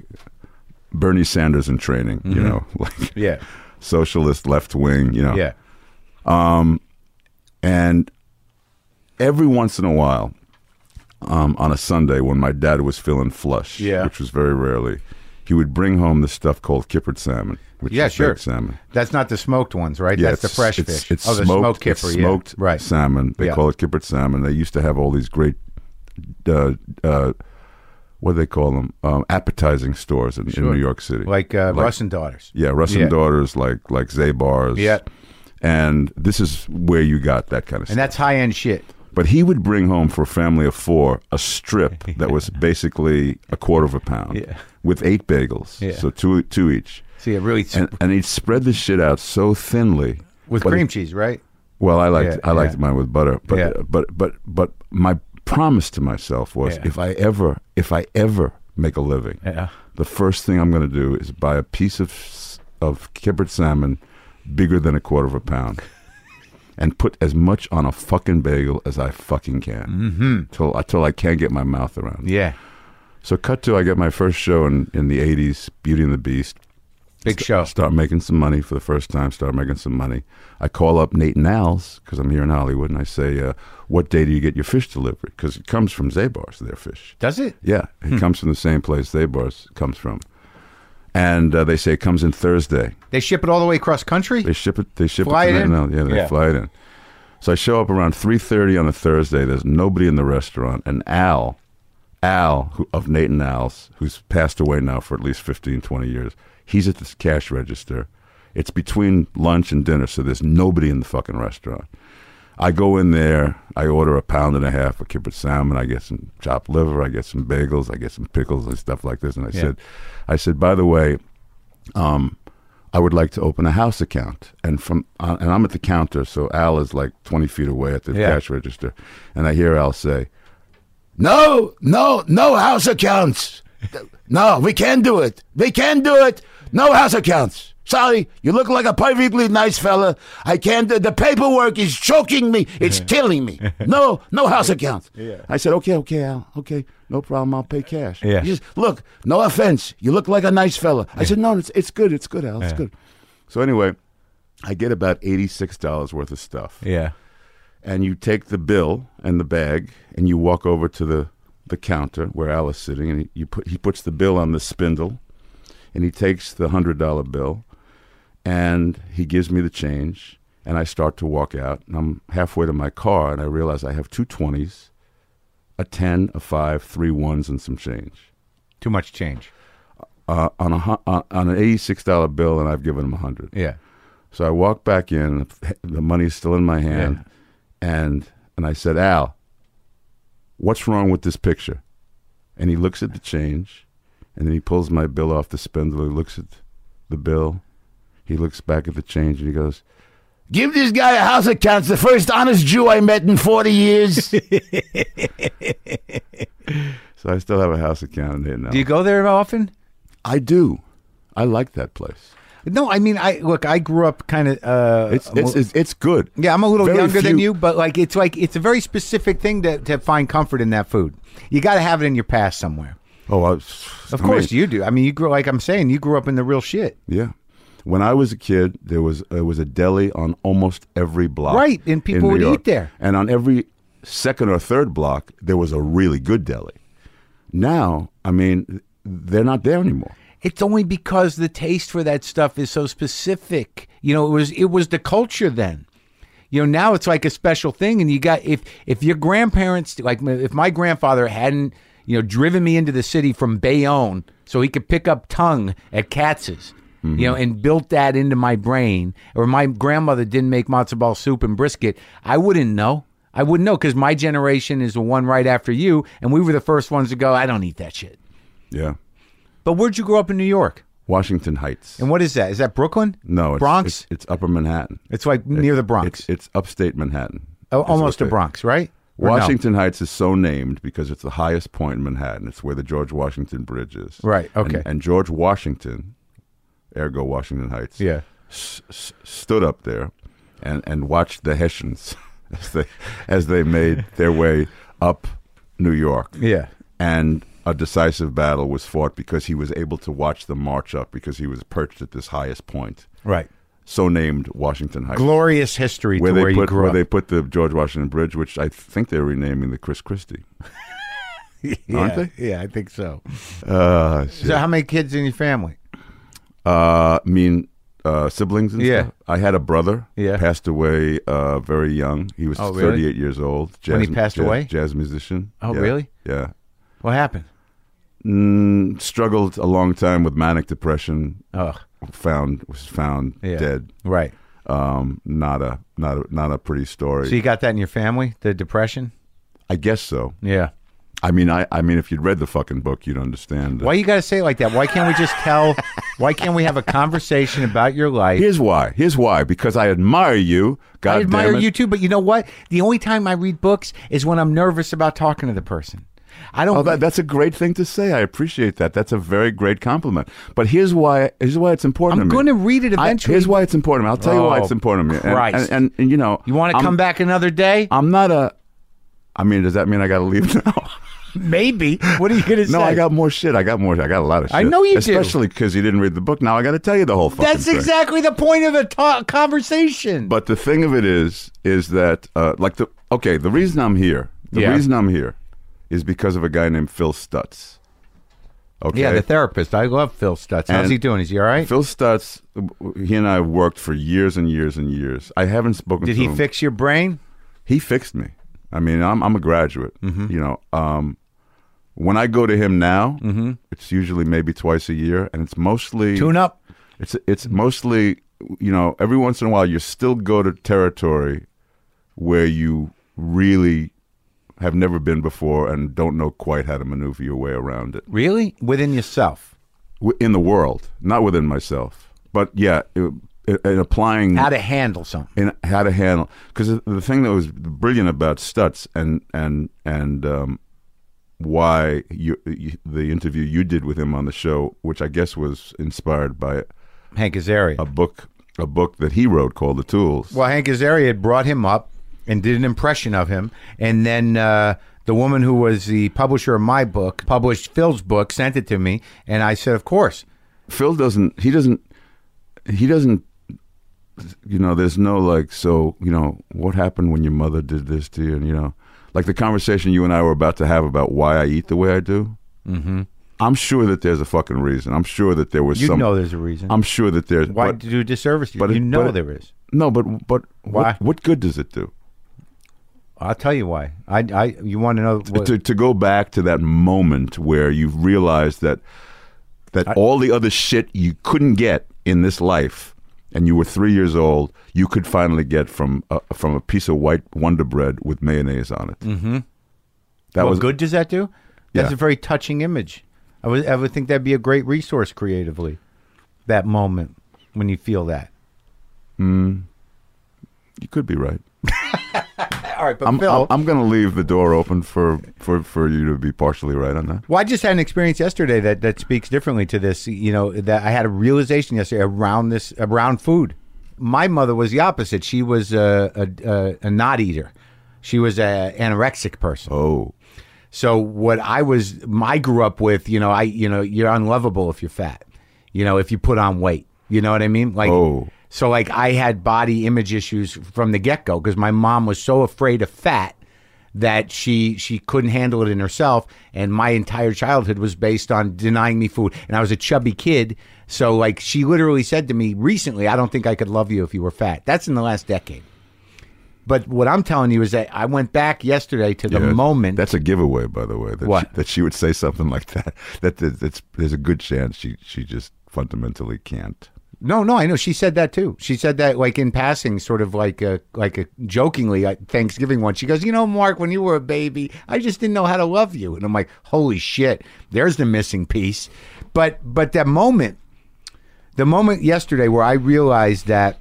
Bernie Sanders in training, you know, like
Mm-hmm. Yeah,
socialist left wing, you know,
yeah.
and every once in a while, um, on a Sunday when my dad was feeling flush,
Yeah.
which was very rarely, he would bring home this stuff called kippered salmon, which
Yeah,
is
sure.
baked salmon.
That's not the smoked ones, right?
Yeah,
That's the
it's-
fresh
it's,
fish.
It's
oh, the
smoked,
smoked kipper,
it's
yeah.
smoked
right?
salmon. They
Yeah.
call it kippered salmon. They used to have all these great, uh, uh, what do they call them? Um, appetizing stores in, in New York City.
Like, uh, Russ and Daughters.
yeah, Russian
Yeah.
daughters, like like Zabars.
Yeah.
And this is where you got that kind of stuff.
And that's high end shit.
But he would bring home for a family of four a strip that was basically a quarter of a pound
Yeah.
with eight bagels.
Yeah.
So two two each.
See, it really
And, and he'd spread this shit out so thinly.
with
but it-
cream cheese, right?
well, I liked
Yeah,
I liked
yeah.
mine with butter, but
Yeah.
but but but my promise to myself was
Yeah.
if I ever if I ever make a living,
Yeah.
the first thing I'm going to do is buy a piece of s- of kippered salmon bigger than a quarter of a pound. And put as much on a fucking bagel as I fucking can, mm-hmm. till till I can't get my mouth around. it.
Yeah,
So cut to I get my first show in, in the '80s, Beauty and the Beast.
big show.
Start making some money for the first time. Start making some money. I call up Nate and Al's because I'm here in Hollywood, and I say, uh, "What day do you get your fish delivered?" Because it comes from Zabar's, their fish.
Does it?
Yeah, it comes from the same place Zabar's comes from, and uh, they say it comes in Thursday.
They ship it all the way across country.
They ship it. They ship
Fly
it.
it
To Nate
in?
and Al's. Yeah, they
Yeah.
fly it in. So I show up around three thirty on a Thursday. There's nobody in the restaurant, and Al, Al who, of Nate and Al's, who's passed away now for at least 15, 20 years, he's at this cash register. It's between lunch and dinner, so there's nobody in the fucking restaurant. I go in there, I order a pound and a half of kippered salmon, I get some chopped liver, I get some bagels, I get some pickles and stuff like this. And I said, I said, by the way, um, I would like to open a house account. And from uh, and I'm at the counter, so Al is like 20 feet away at the
Yeah.
cash register, and I hear Al say, "No, no, no house accounts. No, we can't do it. We can't do it. No house accounts." Sorry, you look like a perfectly nice fella. I can't. The, the paperwork is choking me. It's killing me. No, no house accounts. I said, okay, okay, Al, okay, no problem. I'll pay cash.
Yeah.
He says, look, no offense. You look like a nice fella. I said, no, it's, it's good. It's good, Al. It's good. So anyway, I get about $86 worth of stuff.
Yeah.
And you take the bill and the bag and you walk over to the, the counter where Al is sitting and he, you put, he puts the bill on the spindle and he takes the $100 bill and he gives me the change and I start to walk out and I'm halfway to my car and I realize I have two 20s, a 10, a 5, three ones and some change
Too much change.
uh, on a hu- on, on an eighty-six dollar bill, and I've given him a hundred.
Yeah.
So I walk back in. The money's still in my hand, and and I said, Al, what's wrong with this picture? And he looks at the change, and then he pulls my bill off the spindle. He looks at the bill. He looks back at the change, and he goes. Give this guy a house account. It's the first honest Jew I met in 40 years. so I still have a house account in there now.
Do you go there often?
I do. I like that place.
No, I mean, I look. I grew up kind of. Uh,
It's it's it's, it's good.
yeah, I'm a little
Very
younger than
few-
you, but like it's like it's a very specific thing to, to find comfort in that food. You got to have it in your past somewhere.
Oh, I,
Of course you do. I mean, you grew like I'm saying, you grew up in the real shit,
Yeah. When I was a kid, there was there was a deli on almost every block.
Right, and
in
people
New
would eat
York.
there.
And on every second or third block, there was a really good deli. Now, I mean, they're not there anymore.
It's only because the taste for that stuff is so specific. You know, it was it was the culture then. You know, now it's like a special thing, and you got if if your grandparents like my- if my grandfather hadn't you know driven me into the city from Bayonne so he could pick up tongue at Katz's. You know, and built that into my brain, or my grandmother didn't make matzo ball soup and brisket. I wouldn't know. I wouldn't know because my generation is the one right after you, and we were the first ones to go. I don't eat that shit.
Yeah.
But where'd you grow up in New York?
Washington Heights.
And what is that? Is that Brooklyn?
no, it's,
Bronx.
It's,
It's,
it's Upper Manhattan.
like near the Bronx,
It's, it's upstate Manhattan.
Oh,
It's
almost the
okay.
Bronx, right? Or no?
Washington Heights is so named because it's the highest point in Manhattan. It's where the George Washington Bridge is.
Right, okay.
And, and George Washington, ergo Washington Heights,
Yeah.
s- s- stood up there and, and watched the Hessians as they, as they made their way up New York.
Yeah.
And a decisive battle was fought because he was able to watch them march up because he was perched at this highest point,
Right.
so named Washington Heights
Glorious history
where
to
they
where
put
you grew
where
up.
they put the George Washington Bridge, which I think they're renaming the Chris Christie,
yeah,
aren't they?
Yeah, I think so.
Uh,
So, how many kids in your family?
uh, mean uh, siblings. And
Yeah.
stuff. I had a brother.
Yeah.
passed away uh, very young. He was
Oh, really?
38 years old. Jazz,
When he passed
jazz-
away?
jazz musician.
Oh,
Yeah.
really?
Yeah.
What happened?
Mm, struggled a long time with manic depression.
Ugh.
Found was found
Oh. Yeah.
dead.
Right.
Um, not a not a not a pretty story.
So you got that in your family, the depression?
I guess so.
Yeah.
I mean, I I mean, if you'd read the fucking book, you'd understand.
Why you got to say it like that? Why can't we just tell? why can't we have a conversation about your life?
Here's why. Here's why. Because I admire you. God
I admire
damn it.
you too, but you know what? The only time I read books is when I'm nervous about talking to the person. I don't.
Oh, that, that's a great thing to say. I appreciate that. That's a very great compliment. But here's why. Here's why it's important.
I'm
to me.
gonna read it
I-
eventually.
here's why it's important. to me. I'll tell you why
Oh,
it's important to me. And, and,
Christ.
and, and, you know,
you want to
I'm-
come back another day?
I'm not a. I mean, does that mean I got to leave now?
Maybe. What are you going to say?
no, I got more shit. I got more. I got a lot of shit.
I know you do.
especially because you didn't read the book. Now I got to tell you the whole fucking
That's
thing.
exactly the point of a ta- conversation.
But the thing of it is, is that uh, like the okay, the reason I'm here, the
Yeah.
reason I'm here, is because of a guy named Phil Stutz. Okay,
yeah, the therapist. I love Phil Stutz. How's
And-
he doing? Is he all right?
Phil Stutz, he and I worked for years and years and years. I haven't spoken.
Did
to
he
him.
fix your brain?
He fixed me. I mean, I'm I'm a graduate.
Mm-hmm.
You know, um, when I go to him now, it's usually maybe twice a year, and it's mostly
Mm-hmm. Tune up.
It's it's mostly you know every once in a while you still go to territory where you really have never been before and don't know quite how to maneuver your way around it
Really? Within yourself.
W- in the world, not within myself. But yeah, it, it, and applying
How to handle something.
and how to handle because the thing that was brilliant about Stutz and and and um, why you, you, the interview you did with him on the show, which I guess was inspired by
Hank Azaria.
a book a book that he wrote called The Tools.
Well, Hank Azaria had brought him up and did an impression of him, and then uh, the woman who was the publisher of my book published Phil's book, sent it to me, and I said, "Of course."
Phil doesn't he doesn't he doesn't you know there's no like so you know what happened when your mother did this to you and you know like the conversation you and I were about to have about why I eat the way I do. Mm-hmm. I'm sure that there's a fucking reason. I'm sure that there was
You
some.
know, there's a reason.
I'm sure that there's.
Why
but-
do you disservice to you?
but it-
you know
but it-
there is.
no, but but
Why?
What, what good does it do?
I'll tell you why. I, I, you want to know? What,
to, to go back to that moment where you've realized that that all the other shit you couldn't get in this life and you were three years old you could finally get from a, from a piece of white wonder bread with mayonnaise on it mm-hmm. that
what
was
good does that do? That's
Yeah.
a very touching image. I would, I would think that'd be a great resource creatively. That moment when you feel that.
you could be right
All right, but
i'm,
Phil,
I'm, I'm gonna leave the door open for, for for you to be partially right on that
Well, I just had an experience yesterday that, that speaks differently to this. You know, that I had a realization yesterday around this around food. My mother was the opposite. She was a a, a, a not eater. She was a anorexic person.
oh
So what I was, I grew up with, you know, I, you know, you're unlovable if you're fat, you know, if you put on weight, you know what I mean? Like,
Oh.
so like I had body image issues from the get go because my mom was so afraid of fat that she she couldn't handle it in herself, and my entire childhood was based on denying me food, and I was a chubby kid. So like she literally said to me recently, I don't think I could love you if you were fat. That's in the last decade. But what I'm telling you is that I went back yesterday to the
Yeah,
moment.
That's a giveaway, by the way. That
What?
She, that she would say something like that. That th- that's there's a good chance she she just fundamentally can't.
No, no, I know. She said that too. She said that like in passing, sort of like a like a jokingly at Thanksgiving once. She goes, "You know, Mark, when you were a baby, I just didn't know how to love you." And I'm like, "Holy shit, there's the missing piece." But but that moment, the moment yesterday where I realized that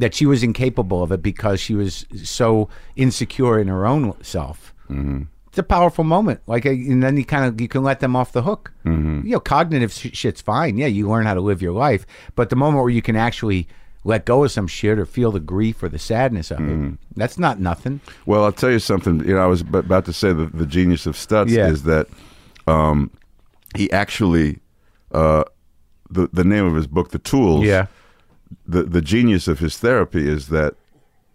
that she was incapable of it because she was so insecure in her own self. Mm-hmm. It's a powerful moment. Like, uh, and then you kind of you can let them off the hook. Mm-hmm. You know, cognitive sh- shit's fine. Yeah, you learn how to live your life, but the moment where you can actually let go of some shit or feel the grief or the sadness of it, that's not nothing.
Well, I'll tell you something. You know, I was ab- about to say that the genius of Stutz
Yeah.
is that um, he actually uh, the the name of his book, The Tools. The the genius of his therapy is that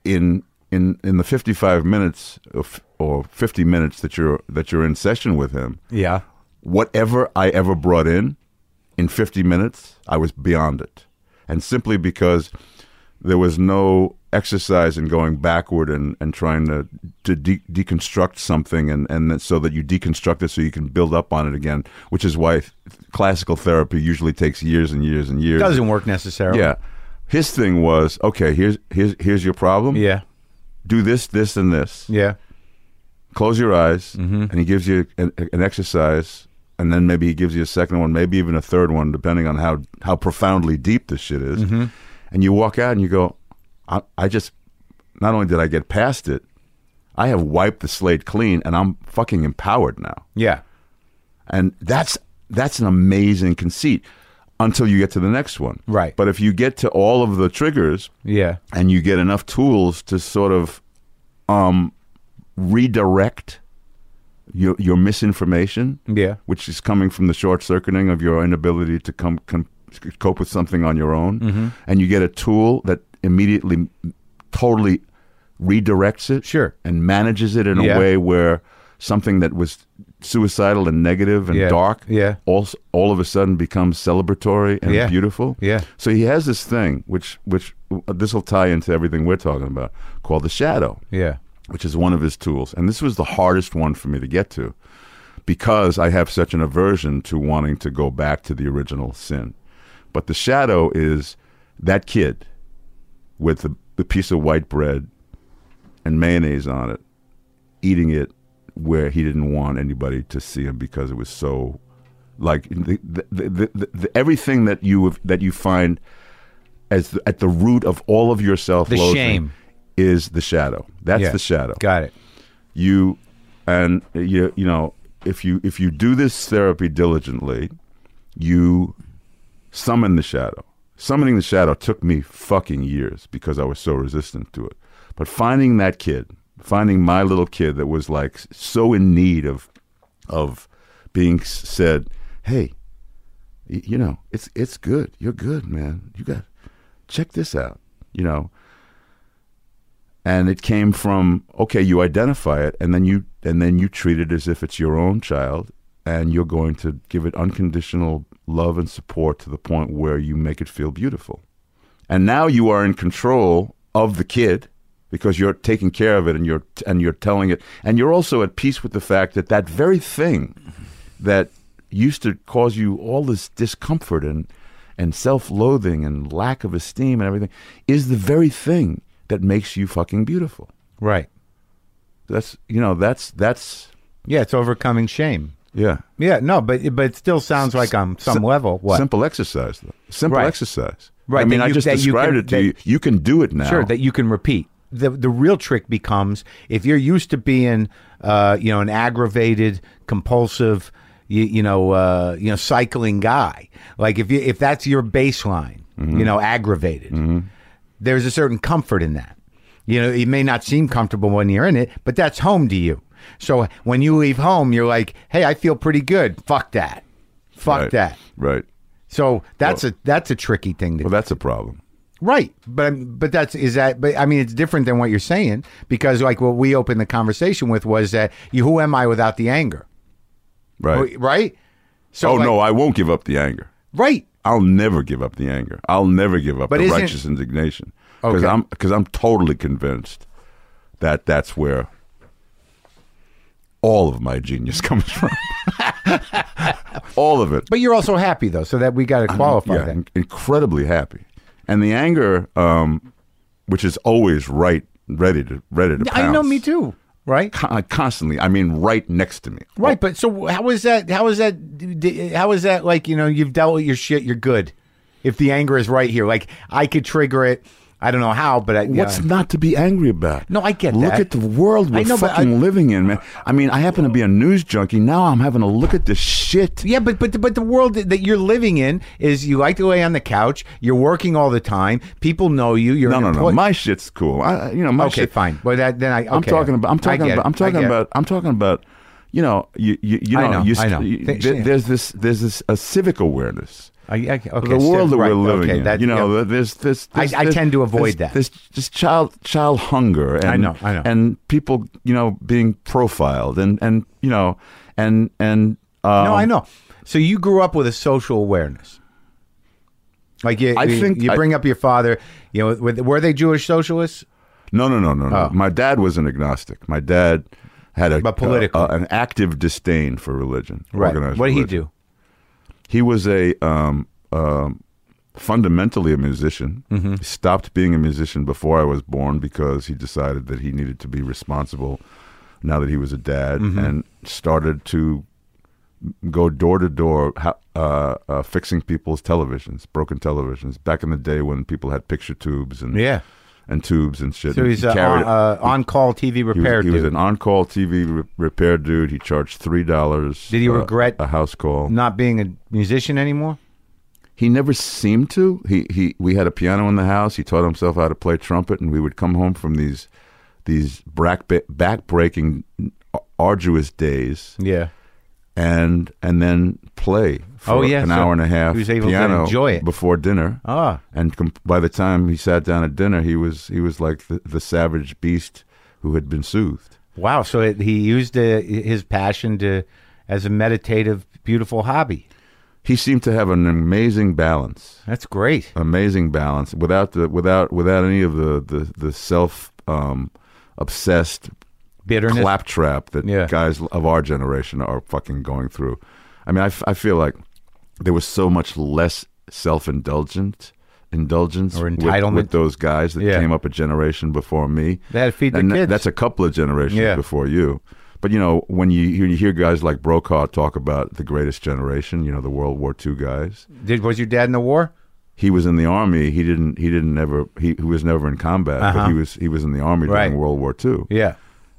in in in the fifty five minutes of, or fifty minutes that you're that you're in session with him,
yeah.
whatever I ever brought in in 50 minutes, I was beyond it. And simply because there was no exercise in going backward and, and trying to, to de- deconstruct something and, and that, so that you deconstruct it so you can build up on it again, which is why th- classical therapy usually takes years and years and years.
Doesn't work necessarily.
Yeah. His thing was, okay, here's, here's, here's your problem.
Yeah.
Do this, this, and this
Yeah.
close your eyes and he gives you an, an exercise and then maybe he gives you a second one maybe even a third one depending on how how profoundly deep this shit is and you walk out and you go I, I just not only did i get past it i have wiped the slate clean and i'm fucking empowered now
Yeah.
and that's that's an amazing conceit until you get to the next one
Right.
but if you get to all of the triggers
Yeah.
and you get enough tools to sort of um, redirect your your misinformation,
Yeah.
which is coming from the short circuiting of your inability to come, com cope with something on your own,
Mm-hmm.
and you get a tool that immediately, totally redirects it,
Sure.
and manages it in
Yeah.
a way where something that was suicidal and negative and
Yeah.
dark,
Yeah.
all all of a sudden becomes celebratory and
Yeah.
beautiful,
Yeah.
so he has this thing, which which this will tie into everything we're talking about, called the shadow,
Yeah.
which is one of his tools. And this was the hardest one for me to get to, because I have such an aversion to wanting to go back to the original sin. But the shadow is that kid with the, the piece of white bread and mayonnaise on it, eating it where he didn't want anybody to see him because it was so like the, the, the, the, the, everything that you have, that you find as the, at the root of all of your self
The shame.
is the shadow. That's
Yeah.
the shadow
Got it.
you and uh, you you know if you if you do this therapy diligently you summon the shadow summoning the shadow took me fucking years because i was so resistant to it but finding that kid finding my little kid that was like so in need of of being s- said hey y- you know it's it's good you're good man you got check this out you know and it came from okay you identify it and then you and then you treat it as if it's your own child and you're going to give it unconditional love and support to the point where you make it feel beautiful and now you are in control of the kid because you're taking care of it and you're and you're telling it and you're also at peace with the fact that that very thing that used to cause you all this discomfort and and self-loathing and lack of esteem and everything is the very thing that makes you fucking beautiful.
Right.
That's you know that's that's
Yeah, it's overcoming shame.
yeah.
Yeah, no, but but it still sounds like on some
Sim-
level. What?
Simple exercise though. Simple
Right.
exercise.
Right,
I mean,
that
I
you-
just
that you
described
can-
it to
that-
you. You can do it now.
Sure, that you can repeat. The the real trick becomes if you're used to being uh, you know an aggravated, compulsive, you, you know uh, you know cycling guy. Like if you if that's your baseline,
mm-hmm.
you know aggravated. There's a certain comfort in that. You know, it may not seem comfortable when you're in it, but that's home to you. So when you leave home, you're like, "Hey, I feel pretty good. Fuck that. Fuck
Right.
that."
Right.
So that's a that's a tricky thing to
Well, that's a problem.
Right, but but that's is that. But I mean, it's different than what you're saying because like what we opened the conversation with was that you, who am I without the anger,
Right.
right? right? So
oh
like-
no, I won't give up the anger.
right,
I'll never give up the anger. I'll never give up
But
the
isn't-
righteous indignation because
Okay.
I'm because I'm totally convinced that that's where all of my genius comes from. all of it.
but you're also happy though, so that we got to qualify
yeah,
that.
in- incredibly happy, and the anger, um, which is always right, ready to ready to.
I know,
pounce.
me too. Right,
Con- like, constantly, I mean, right next to me.
right. But so how is that? How is that? d- d- How is that? Like you know, you've dealt with your shit. You're good. If the anger is right here, like I could trigger it. I don't know how, but I,
What's
yeah.
not to be angry about?
No, I get
look
that.
at the world we're
I know, but
fucking
I-
living in, man. I mean, I happen to be a news junkie. Now I'm having to look at this shit.
Yeah, but but but the world that that you're living in is you like to lay on the couch. You're working all the time. People know you. You're
No,
an
no, no.
employ-
My shit's cool. I, I- you know, my
okay,
shit.
fine. Well, that then I. Okay.
I'm talking about. I'm talking
I get
about.
it.
I'm talking
I get it.
about. I'm talking about. You know, you you, you
I
know,
know,
you,
I know.
you-
Th-
there-
yeah.
there's this there's this a civic awareness.
I, I, okay,
the world
so-
that we're
right,
living
okay,
in.
that-
you know,
yeah.
th- there's this.
I-
this-
I
this-
tend to avoid
this-
that.
This just child child hunger. And,
know, I know.
And people, you know, being profiled and and you know, and and um,
no, I know. So you grew up with a social awareness. Like you,
I
you,
think
you
I-
bring up your father. You know, were, were they Jewish socialists?
No, no, no, no, no.
Oh.
My dad was an agnostic. My dad had a
But political.
uh, an active disdain for religion. organized
What did he
religion.
do?
He was a um, um, fundamentally a musician.
Mm-hmm.
Stopped being a musician before I was born because he decided that he needed to be responsible now that he was a dad,
Mm-hmm.
and started to go door to door ha- uh, uh, fixing people's televisions, broken televisions. Back in the day when people had picture tubes and
Yeah.
and tubes and shit.
So
and
he's
he
a on,
carried-
uh, on-call TV
he was,
repair
he was
dude.
an on-call TV re- repair dude. He charged three dollars.
Did he regret-
a house call?
Not being a musician anymore.
He never seemed to. He he. We had a piano in the house. He taught himself how to play trumpet, and we would come home from these these back back-breaking, arduous days,
Yeah.
and and then play for
Oh, yeah,
an
so
hour and a half
he was able to
piano
enjoy it.
before dinner.
Ah.
And com- by the time he sat down at dinner, he was he was like the, the savage beast who had been soothed.
Wow! So it, he used uh, his passion to as a meditative, beautiful hobby.
He seemed to have an amazing balance.
That's great.
amazing balance without the without without any of the the the self um obsessed
Bitterness.
claptrap that
Yeah.
guys of our generation are fucking going through. I mean, I, f- I feel like there was so much less self indulgent indulgence
Or
with-
entitlement.
with, those guys that
Yeah.
came up a generation before me.
They had to feed the
and tha-
kids.
That's a couple of generations
Yeah.
before you. But you know, when you hear, you hear guys like Brokaw talk about the greatest generation, you know, the World War II guys.
Did was your dad in the war?
He was in the army. He didn't. He didn't ever. He, he was never in combat. But he was. He was in the army
Uh-huh. Right.
during World War II.
Yeah.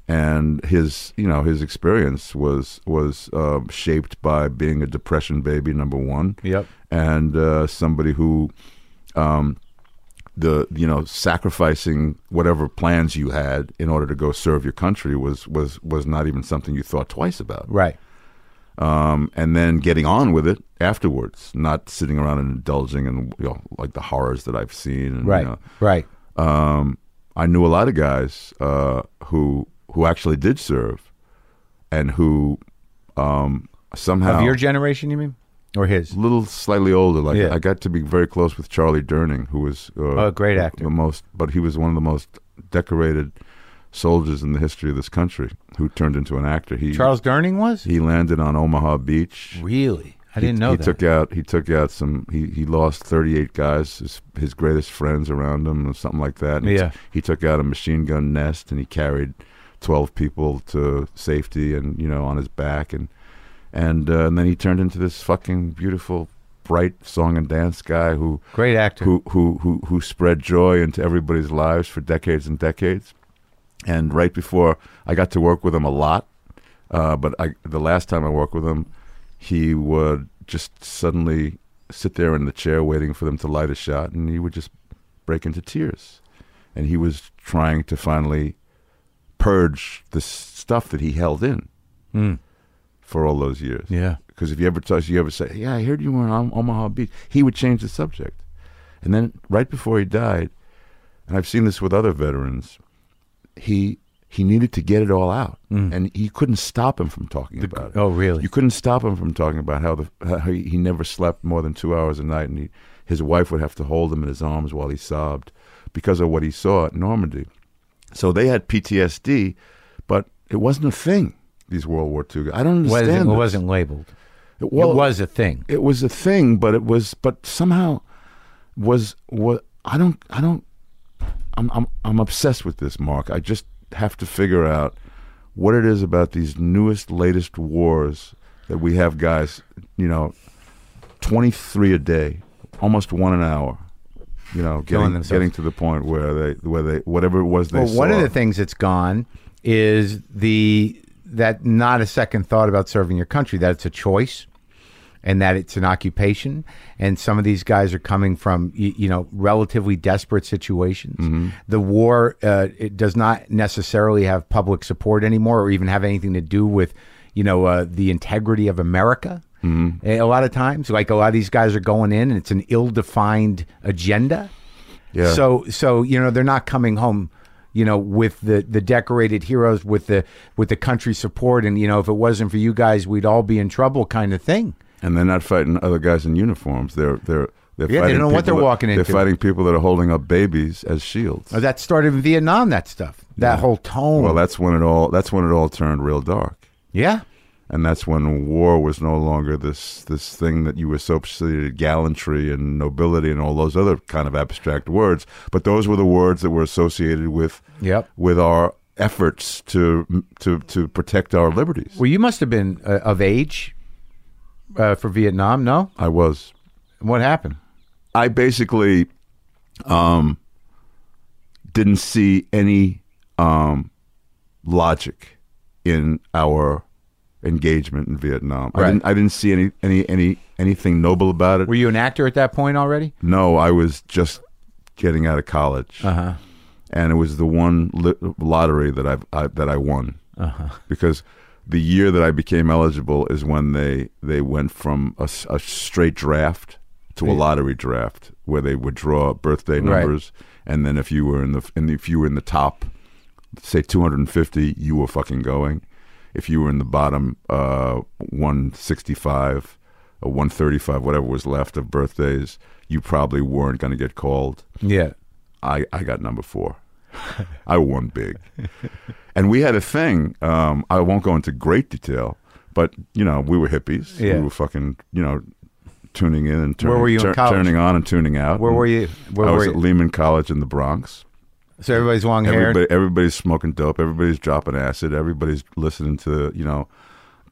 And his, you know, his experience was was uh, shaped by being a depression baby, number one
Yep.
and uh, somebody who, um, the you know, sacrificing whatever plans you had in order to go serve your country was was was not even something you thought twice about.
Right.
Um, and then getting on with it afterwards, not sitting around and indulging in you know, like the horrors that I've seen. And, you
Right.
know.
Right.
um, I knew a lot of guys uh, who who actually did serve, and who um, somehow
Of your generation, you mean, or his?
little slightly older. Like
Yeah.
I got to be very close with Charlie Durning, who was uh,
Oh, great actor.
The most, but he was one of the most decorated soldiers in the history of this country, who turned into an actor. He
Charles Durning was
he landed on Omaha Beach.
really. I didn't know
he
that.
took out he took out some he, he lost 38 guys his, his greatest friends around him or something like that and he
Yeah.
t- he took out a machine gun nest and he carried 12 people to safety and you know on his back and and uh, and then he turned into this fucking beautiful bright song and dance guy who
Great actor.
who who who who spread joy into everybody's lives for decades and decades. And right before I got to work with him a lot, uh, but I, the last time I worked with him, he would just suddenly sit there in the chair waiting for them to light a shot, and he would just break into tears. And he was trying to finally purge the s- stuff that he held in
Mm.
for all those years.
Yeah.
Because if you ever touch, you ever say, "Yeah, I heard you were on Omaha Beach," he would change the subject. And then right before he died, and I've seen this with other veterans, he he needed to get it all out, and you couldn't stop him from talking about it.
Mm. oh, really?
You couldn't stop him from talking about how the how he, he never slept more than two hours a night, and he, his wife would have to hold him in his arms while he sobbed because of what he saw at Normandy. So they had PTSD, but it wasn't a thing. These World War II guys, I don't understand.
wasn't,
this.
wasn't labeled.
Well,
it was a thing.
it was a thing, but it was but somehow was what I don't I don't I'm I'm I'm obsessed with this, Mark. I just have to figure out what it is about these newest, latest wars that we have guys, you know, twenty three a day, almost one an hour. You know,
Killing
getting
themselves.
getting to the point where they where they whatever it was they
Well, one
saw.
of the things that's gone is the that not a second thought about serving your country. That it's a choice, and that it's an occupation. And some of these guys are coming from y- you know relatively desperate situations.
Mm-hmm.
The war uh, it does not necessarily have public support anymore, or even have anything to do with you know uh, the integrity of America.
Mm-hmm.
A lot of times, like a lot of these guys are going in, and it's an ill-defined agenda.
Yeah.
So so you know they're not coming home, you know, with the the decorated heroes with the with the country support and you know if it wasn't for you guys we'd all be in trouble kind of thing.
and they're not fighting other guys in uniforms. They're they're they're
Yeah, they
fighting
don't know what
people
they're
that-
walking into.
They're fighting people that are holding up babies as shields.
Uh, That started in Vietnam. That stuff. That whole tone.
Well, that's when it all that's when it all turned real dark.
yeah.
And that's when war was no longer this this thing that you associated gallantry and nobility and all those other kind of abstract words, but those were the words that were associated with
Yep.
with our efforts to to to protect our liberties.
Well, you must have been uh, of age uh, for Vietnam. No.
I was
What happened?
I basically um, didn't see any um, logic in our engagement in Vietnam.
Right.
I, didn't, I didn't see any, any any anything noble about it.
Were you an actor at that point already?
no, I was just getting out of college,
huh.
and it was the one li- lottery that I've, I that I won because. The year that I became eligible is when they, they went from a, s- a straight draft to a lottery draft, where they would draw birthday
Right.
numbers, and then if you were in the and if you were in the top, say 250, you were fucking going. If you were in the bottom uh, 165 or 135, whatever was left of birthdays, you probably weren't going to get called.
Yeah.
I, I got number four. I won big. And we had a thing. Um, I won't go into great detail, but, you know, we were hippies.
Yeah.
We were fucking, you know, tuning in and turning,
Where were you in
tur-
college?
turning on and tuning out.
Where
And
were you? Where
I was
were
at
you?
Lehman College in the Bronx.
So everybody's long haired.
Everybody, everybody's smoking dope. Everybody's dropping acid. Everybody's listening to you know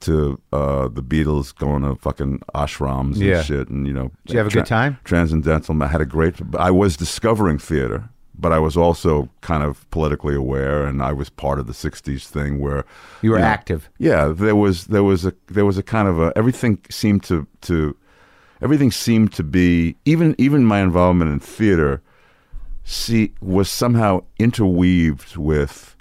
to uh, the Beatles going to fucking ashrams and
Yeah.
shit. And you know, did
you have a good time?
Transcendental. I had a great. I was discovering theater, but I was also kind of politically aware, and I was part of the '60s thing where
You were
know,
active.
yeah, there was there was a there was a kind of a everything seemed to to everything seemed to be even even my involvement in theater see was somehow interweaved with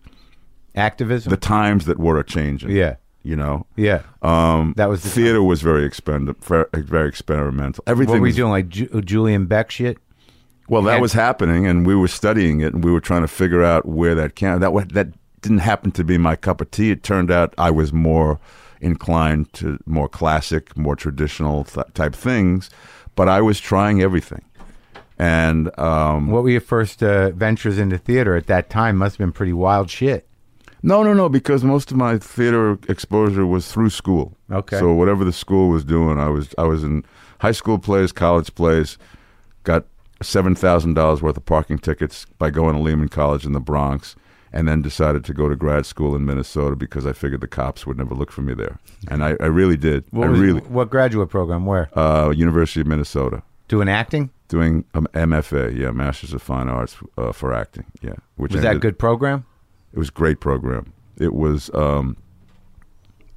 Activism.
the times that were a changing.
Yeah.
You know.
yeah.
Um
That was the
theater was very expend ver- very experimental. Everything
What were you
was-
doing? Like Ju- Julian Beck shit?
well, that
And-
was happening, and we were studying it, and we were trying to figure out where that came. That wa- that didn't happen to be my cup of tea. It turned out I was more inclined to more classic, more traditional th- type things, but I was trying everything, and um,
What were your first uh, ventures into theater at that time? Must have been pretty wild shit.
No, no, no, because most of my theater exposure was through school.
Okay.
So whatever the school was doing, I was I was in high school plays, college plays, got seven thousand dollars worth of parking tickets by going to Lehman College in the Bronx, and then decided to go to grad school in Minnesota because I figured the cops would never look for me there, and I, I really did.
What
I
was-
really
What graduate program? Where?
uh, University of Minnesota
Doing acting?
doing um, MFA, yeah, Masters of Fine Arts uh, for acting, yeah. Which
Was that
ended-
good program?
it was a great program. It was um,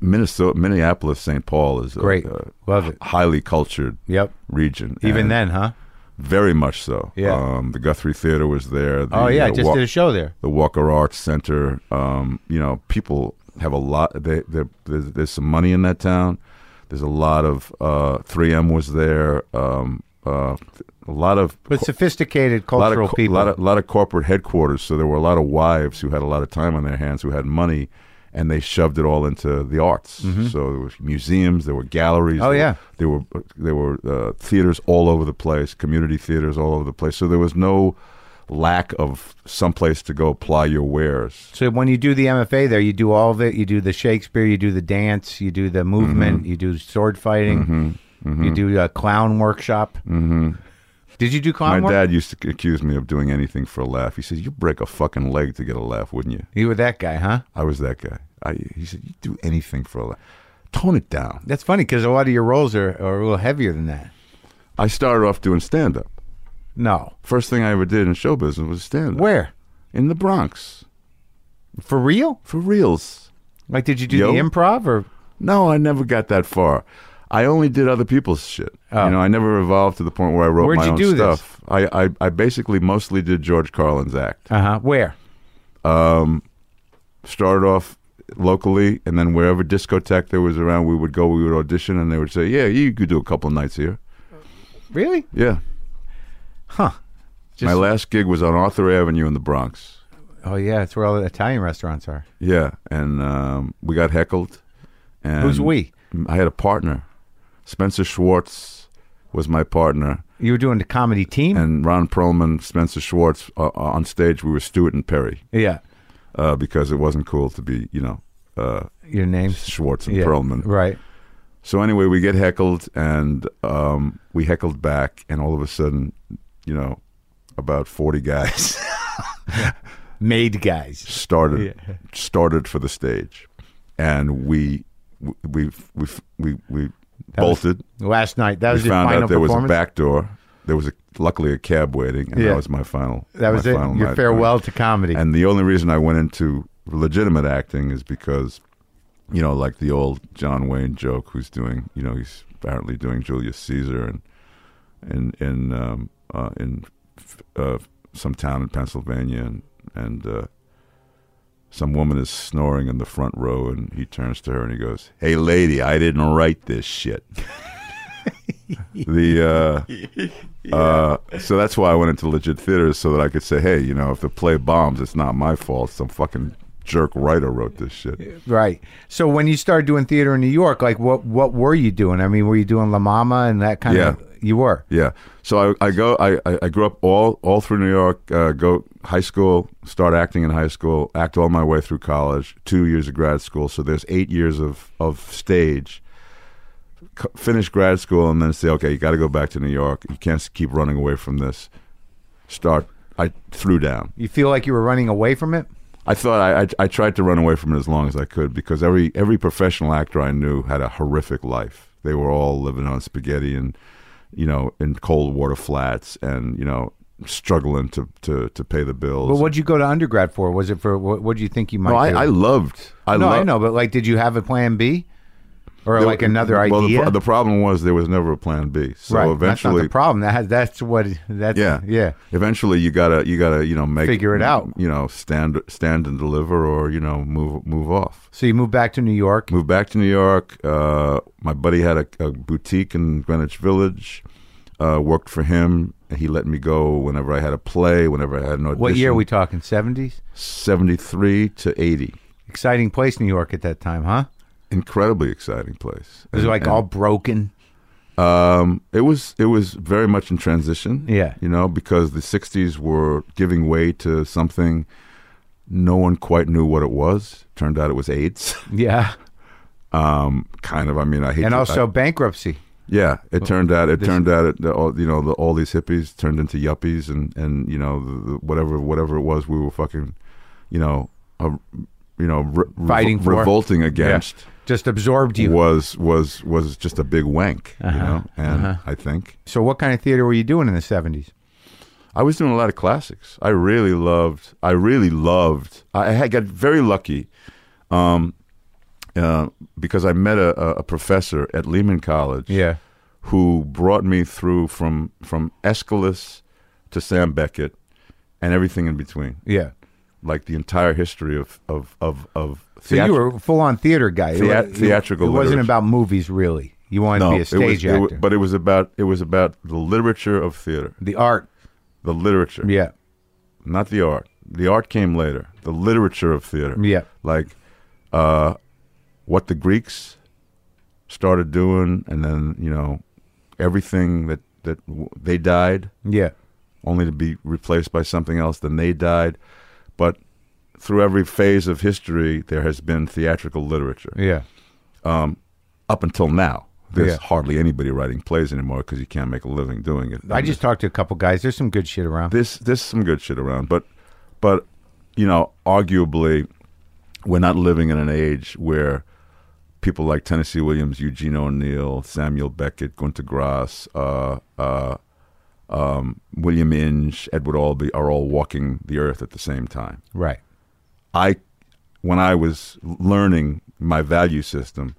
Minnesota, Minneapolis, St. Paul is a,
Great.
a
Love it.
highly cultured
Yep.
region.
Even
and
then, huh?
very much so.
Yeah.
um, the Guthrie Theater was there. The,
Oh yeah,
uh,
I just
Wa-
did a show there.
the Walker Arts Center. Um, you know, people have a lot. They, they're- there's, there's some money in that town. There's a lot of uh, 3M was there. Um, uh, a lot of
But sophisticated cultural
lot of, co-
people.
lot of, lot of corporate headquarters. So there were a lot of wives who had a lot of time on their hands, who had money, and they shoved it all into the arts. So there were museums, there were galleries.
Mm-hmm. Oh,
there,
yeah.
there were there were uh, theaters all over the place, community theaters all over the place. So there was no lack of someplace to go apply your wares.
so when you do the MFA there, you do all of it. You do the Shakespeare, you do the dance, you do the
Mm-hmm.
movement, you do sword fighting, you do a clown workshop. Mm-hmm. Did you do
My
clown work?
dad used to accuse me of doing anything for a laugh. He said, "You'd break a fucking leg to get a laugh, wouldn't you?"
You were that guy, huh?
I was that guy. I, he said, "You'd do anything for a laugh." Tone it down.
That's funny because a lot of your roles are, are a little heavier than that.
I started off doing stand up.
No,
First thing I ever did in show business was stand up.
where
In the Bronx.
for real?
For reals.
Like, did you do
Yo.
the improv or?
No, I never got that far. I only did other people's shit. You know, I never evolved to the point where I wrote
Oh. Where'd
my
you
own
do this?
stuff. I, I, I basically mostly did George Carlin's act. Um,
Uh huh. Where?
Started off locally, and then wherever discotheque there was around, we would go, we would audition, and they would say, Yeah, you could do a couple nights here.
Really?
Yeah.
Huh.
my last gig was on Arthur Avenue in the Bronx.
Oh yeah, it's where all the Italian restaurants are.
Yeah, and um, we got heckled. And
Who's we?
I had a partner. Spencer Schwartz was my partner,
You were doing the comedy team.
and Ron Perlman, Spencer Schwartz uh, on stage. We were Stewart and Perry
yeah.
uh, because it wasn't cool to be, you know, uh,
Your name's
Schwartz and
yeah.
Perlman.
Right.
So anyway, we get heckled, and um, we heckled back, and all of a sudden, you know, about forty guys
Made guys.
started started for the stage, and we we we we we bolted.
Last night. That was
we
your
found
final
out there was
performance.
a back door. There was a, luckily a cab waiting, and
Yeah.
that was my final.
that was
my
it.
final
Your
night.
farewell to comedy.
And the only reason I went into legitimate acting is because, you know, like the old John Wayne joke, who's doing, you know, he's apparently doing Julius Caesar and in in um, uh, in f- uh, some town in Pennsylvania, and and uh, some woman is snoring in the front row, and he turns to her and he goes, "Hey, lady, I didn't write this shit." the uh, uh, so that's why I went into legit theaters so that I could say, "Hey, you know, if the play bombs, it's not my fault. Some fucking jerk writer wrote this shit."
right. So when you started doing theater in New York, like what what were you doing? I mean, were you doing La Mama and that kind
Yeah.
of? You were.
Yeah. So I, I go I, I- I grew up all all through New York. Uh, go high school, start acting in high school, act all my way through college. Two years of grad school. So there's eight years of of stage. c- finish grad school and then say, okay, you got to go back to New York. You can't s- keep running away from this. Start. I threw down.
You feel like you were running away from it?
I thought I, I I tried to run away from it as long as I could because every every professional actor I knew had a horrific life. They were all living on spaghetti and you know in cold water flats and you know struggling to to to pay the bills.
But what'd you go to undergrad for? Was it for what? What'd you think you might?
no,
do?
I, I loved. I
no,
lo-
I know, but like, did you have a plan B, or
There-
like another idea?
Well, the, pro- the problem was there was never a plan B. So
right. that's not
eventually,
the problem. That has, that's what. That's
yeah,
yeah.
Eventually, you gotta you gotta you know make
Figure it out.
You know, stand stand and deliver, or you know move move off.
So you moved back to New York.
Moved back to New York. Uh, my buddy had a, a boutique in Greenwich Village. Uh, worked for him. and He let me go whenever I had a play, whenever I had an audition.
What year are we talking? Seventies.
Seventy three to eighty.
Exciting place, New York at that time, huh?
Incredibly exciting place.
It was
And-
like
and-
all broken.
Um, it was it was very much in transition.
Yeah.
you know, because the '60s were giving way to something no one quite knew what it was. Turned out it was AIDS.
Yeah,
Um, kind of. I mean, I hate.
and
to-
also
I-
bankruptcy.
yeah, it turned out it turned out it, the, all, you know the, all these hippies turned into yuppies and and you know the, the, whatever whatever it was we were fucking, you know, uh, you know re- revo-
Fighting for.
revolting against
Just absorbed you. Uh-huh.
was was was just a big wank, you know, and I think.
So what kind of theater were you doing in the seventies?
I was doing a lot of classics. I really loved. I really loved. I had got very lucky, um, uh, because I met a, a- a professor at Lehman College.
Yeah.
who brought me through from from Aeschylus to Sam Beckett, and everything in between,
Yeah.
like the entire history of of of of.
So you were a full on theater guy. It
Thea-
wa-
theatrical
It, wasn't
literature.
about movies, really. You wanted
no,
to be
it
a
was-
stage
it wa-
actor.
but it was about it was about the literature of theater,
the art.
the literature.
Yeah.
not the art. The art came later. The literature of theater.
Yeah.
Like uh, what the Greeks started doing, and then you know everything that that w- they died,
Yeah.
only to be replaced by something else. Then they died, but through every phase of history, there has been theatrical literature
Yeah.
up until now. There's
Yeah.
hardly anybody writing plays anymore because you can't make a living doing it.
I just talked to a couple guys. There's some good shit around.
This there's some good shit around, but but you know, arguably, we're not living in an age where people like Tennessee Williams, Eugene O'Neill, Samuel Beckett, Gunter Grass, uh, uh, um, William Inge, Edward Albee are all walking the earth at the same time.
Right.
I, when I was learning my value system,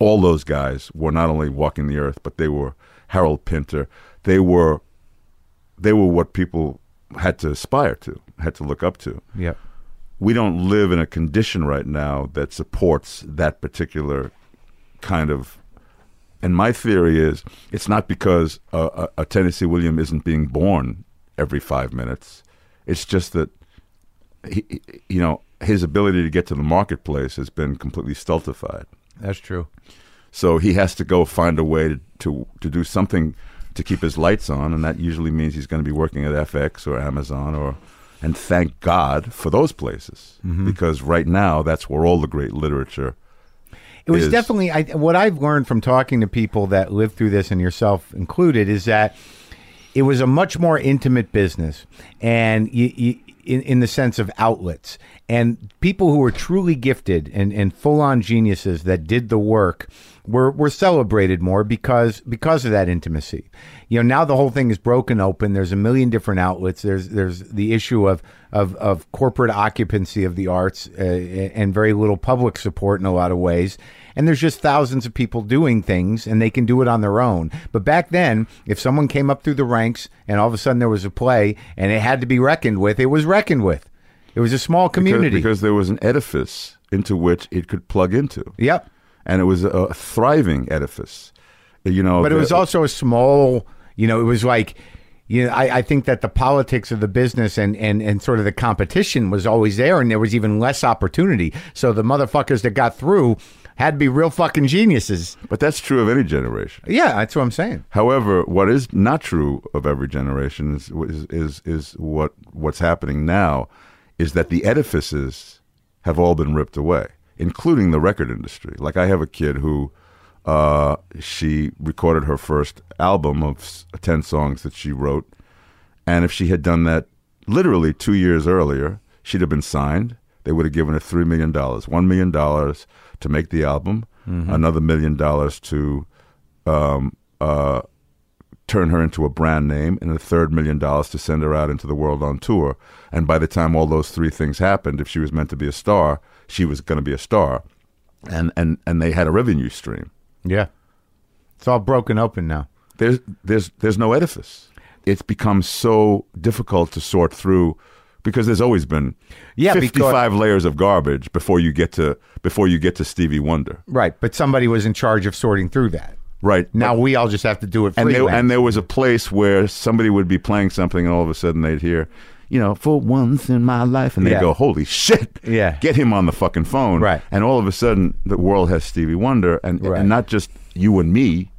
all those guys were not only walking the earth, but they were Harold Pinter. They were, they were what people had to aspire to, had to look up to.
Yeah.
We don't live in a condition right now that supports that particular kind of. And my theory is, it's not because a, a, a Tennessee William isn't being born every five minutes. It's just that he, he- you know, his ability to get to the marketplace has been completely stultified.
That's true.
So he has to go find a way to to, to do something to keep his lights on, and that usually means he's going to be working at FX or Amazon or. And thank God for those places
Mm-hmm.
because right now that's where all the great literature.
It was
is-
definitely I, what I've learned from talking to people that lived through this, and yourself included, is that it was a much more intimate business, and you, you, in, in the sense of outlets and people who were truly gifted and, and full on geniuses that did the work were were celebrated more because because of that intimacy. You know, now the whole thing is broken open. There's a million different outlets. There's there's the issue of of, of corporate occupancy of the arts uh, and very little public support in a lot of ways. And there's just thousands of people doing things, and they can do it on their own. But back then, if someone came up through the ranks and all of a sudden there was a play and it had to be reckoned with, it was reckoned with. It was a small
Because,
community.
because there was an edifice into which it could plug into.
yep.
And it was a thriving edifice. You know,
but it was
the-
also a small you know it was like you know I, I think that the politics of the business and, and and sort of the competition was always there and there was even less opportunity so the motherfuckers that got through had to be real fucking geniuses
But that's true of any generation.
yeah that's what i'm saying
However, what is not true of every generation is is is, is what what's happening now is that the edifices have all been ripped away, including the record industry. Like I have a kid who Uh, she recorded her first album of s- 10 songs that she wrote. And if she had done that literally two years earlier, she'd have been signed. They would have given her $3 million, $1 million to make the album, another million dollars to um, uh, turn her into a brand name, and a third million dollars to send her out into the world on tour. And by the time all those three things happened, if she was meant to be a star, she was going to be a star. And, and, and they had a revenue stream.
Yeah. It's all broken open now.
there's there's there's no edifice. It's become so difficult to sort through because there's always been
Yeah, because-
55 layers of garbage before you get to before you get to Stevie Wonder.
Right. But somebody was in charge of sorting through that.
Right.
Now we all just have to do it
and there,
freelance.
and there was a place where somebody would be playing something and all of a sudden they'd hear you know, for once in my life, and they
Yeah.
would go, "Holy shit!
Yeah.
get him on the fucking phone!"
Right.
and all of a sudden, the world has Stevie Wonder, and
Right.
and not just you and me,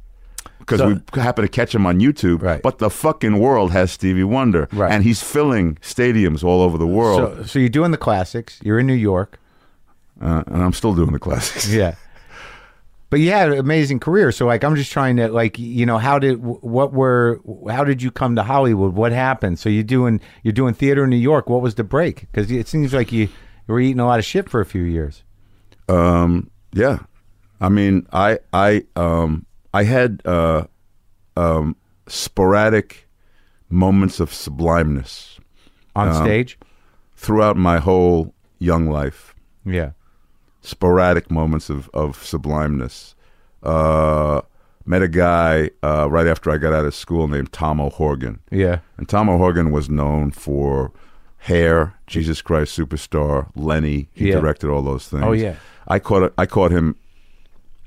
because
So-
we happen to catch him on YouTube.
Right.
But the fucking world has Stevie Wonder,
Right.
and he's filling stadiums all over the world.
so, so you're doing the classics. You're in New York.
uh, and I'm still doing the classics.
Yeah. But you had an amazing career. So like, I'm just trying to like, you know, how did, what were, how did you come to Hollywood? What happened? So you're doing, you're doing theater in New York. What was the break? Cause it seems like you were eating a lot of shit for a few years.
Um, yeah, I mean, I I um, I had uh, um, sporadic moments of sublimeness
on
Uh-huh.
stage.
throughout my whole young life.
Yeah.
Sporadic moments of of sublimeness. Uh, met a guy uh, right after I got out of school named Tom O'Horgan,
Yeah.
and Tom O'Horgan was known for Hair, Jesus Christ Superstar, Lenny. He
Yeah.
directed all those things.
Oh, yeah.
I caught I caught him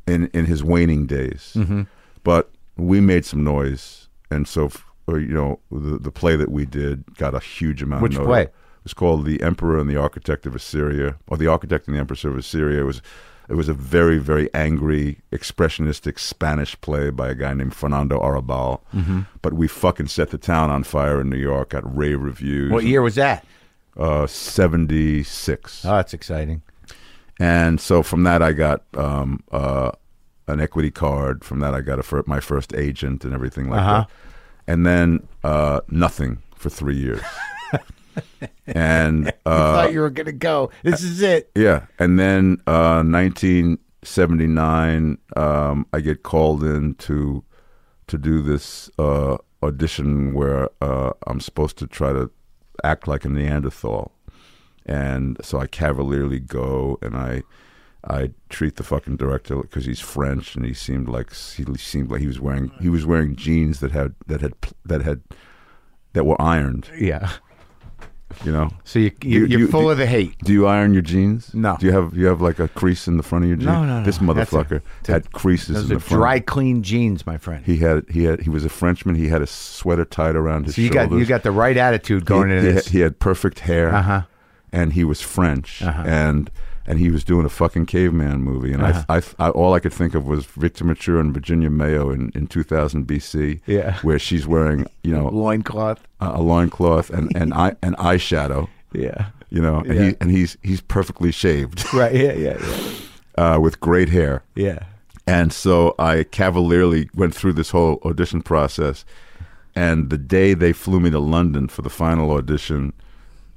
in in his waning days.
Mm-hmm.
But we made some noise, and so f- or, you know the the play that we did got a huge amount.
Which
of notice.
play?
It was called "The Emperor and the Architect of Assyria," or "The Architect and the Empress of Assyria." It was it was a very very angry expressionistic Spanish play by a guy named Fernando Arabal.
Mm-hmm.
But we fucking set the town on fire in New York. Got rave reviews.
What year was that?
Uh, Seventy six.
Oh, that's exciting.
And so from that, I got um, uh, an equity card. From that, I got a fir- my first agent and everything like
Uh-huh.
that. And then uh, nothing for three years. and uh,
Thought you were gonna go. This is it.
yeah, and then uh, 1979, um, I get called in to to do this uh, audition where uh, I'm supposed to try to act like a Neanderthal, and so I cavalierly go and I I treat the fucking director because he's French and he seemed like he seemed like he was wearing he was wearing jeans that had that had that had that were ironed,
Yeah.
you know.
So you, you,
You-
you're
you-
full
you-
of the hate.
Do you iron your jeans?
No.
Do you have you have like a crease in the front of your jeans?
No, no, no.
This
That's a-
motherfucker had creases in
Those
the
are
front.
dry, clean jeans, my friend.
He had he had he was a Frenchman. He had a sweater tied around his
so you
shoulders.
got you got the right attitude going
he,
into
he,
this.
had- he had perfect hair.
Uh-huh.
And he was French. And and he was doing a fucking caveman movie. And
Uh-huh.
I, I, I all I could think of was Victor Mature and Virginia Mayo in, in 2000 BC.
Yeah.
Where she's wearing you know
Loincloth.
a, a loincloth and and eye, and eyeshadow.
Yeah.
You know, and,
Yeah.
he, and he's he's perfectly shaved
Right. Yeah. Yeah. Yeah.
uh, with great hair.
Yeah.
And so I cavalierly went through this whole audition process. And the day they flew me to London for the final audition,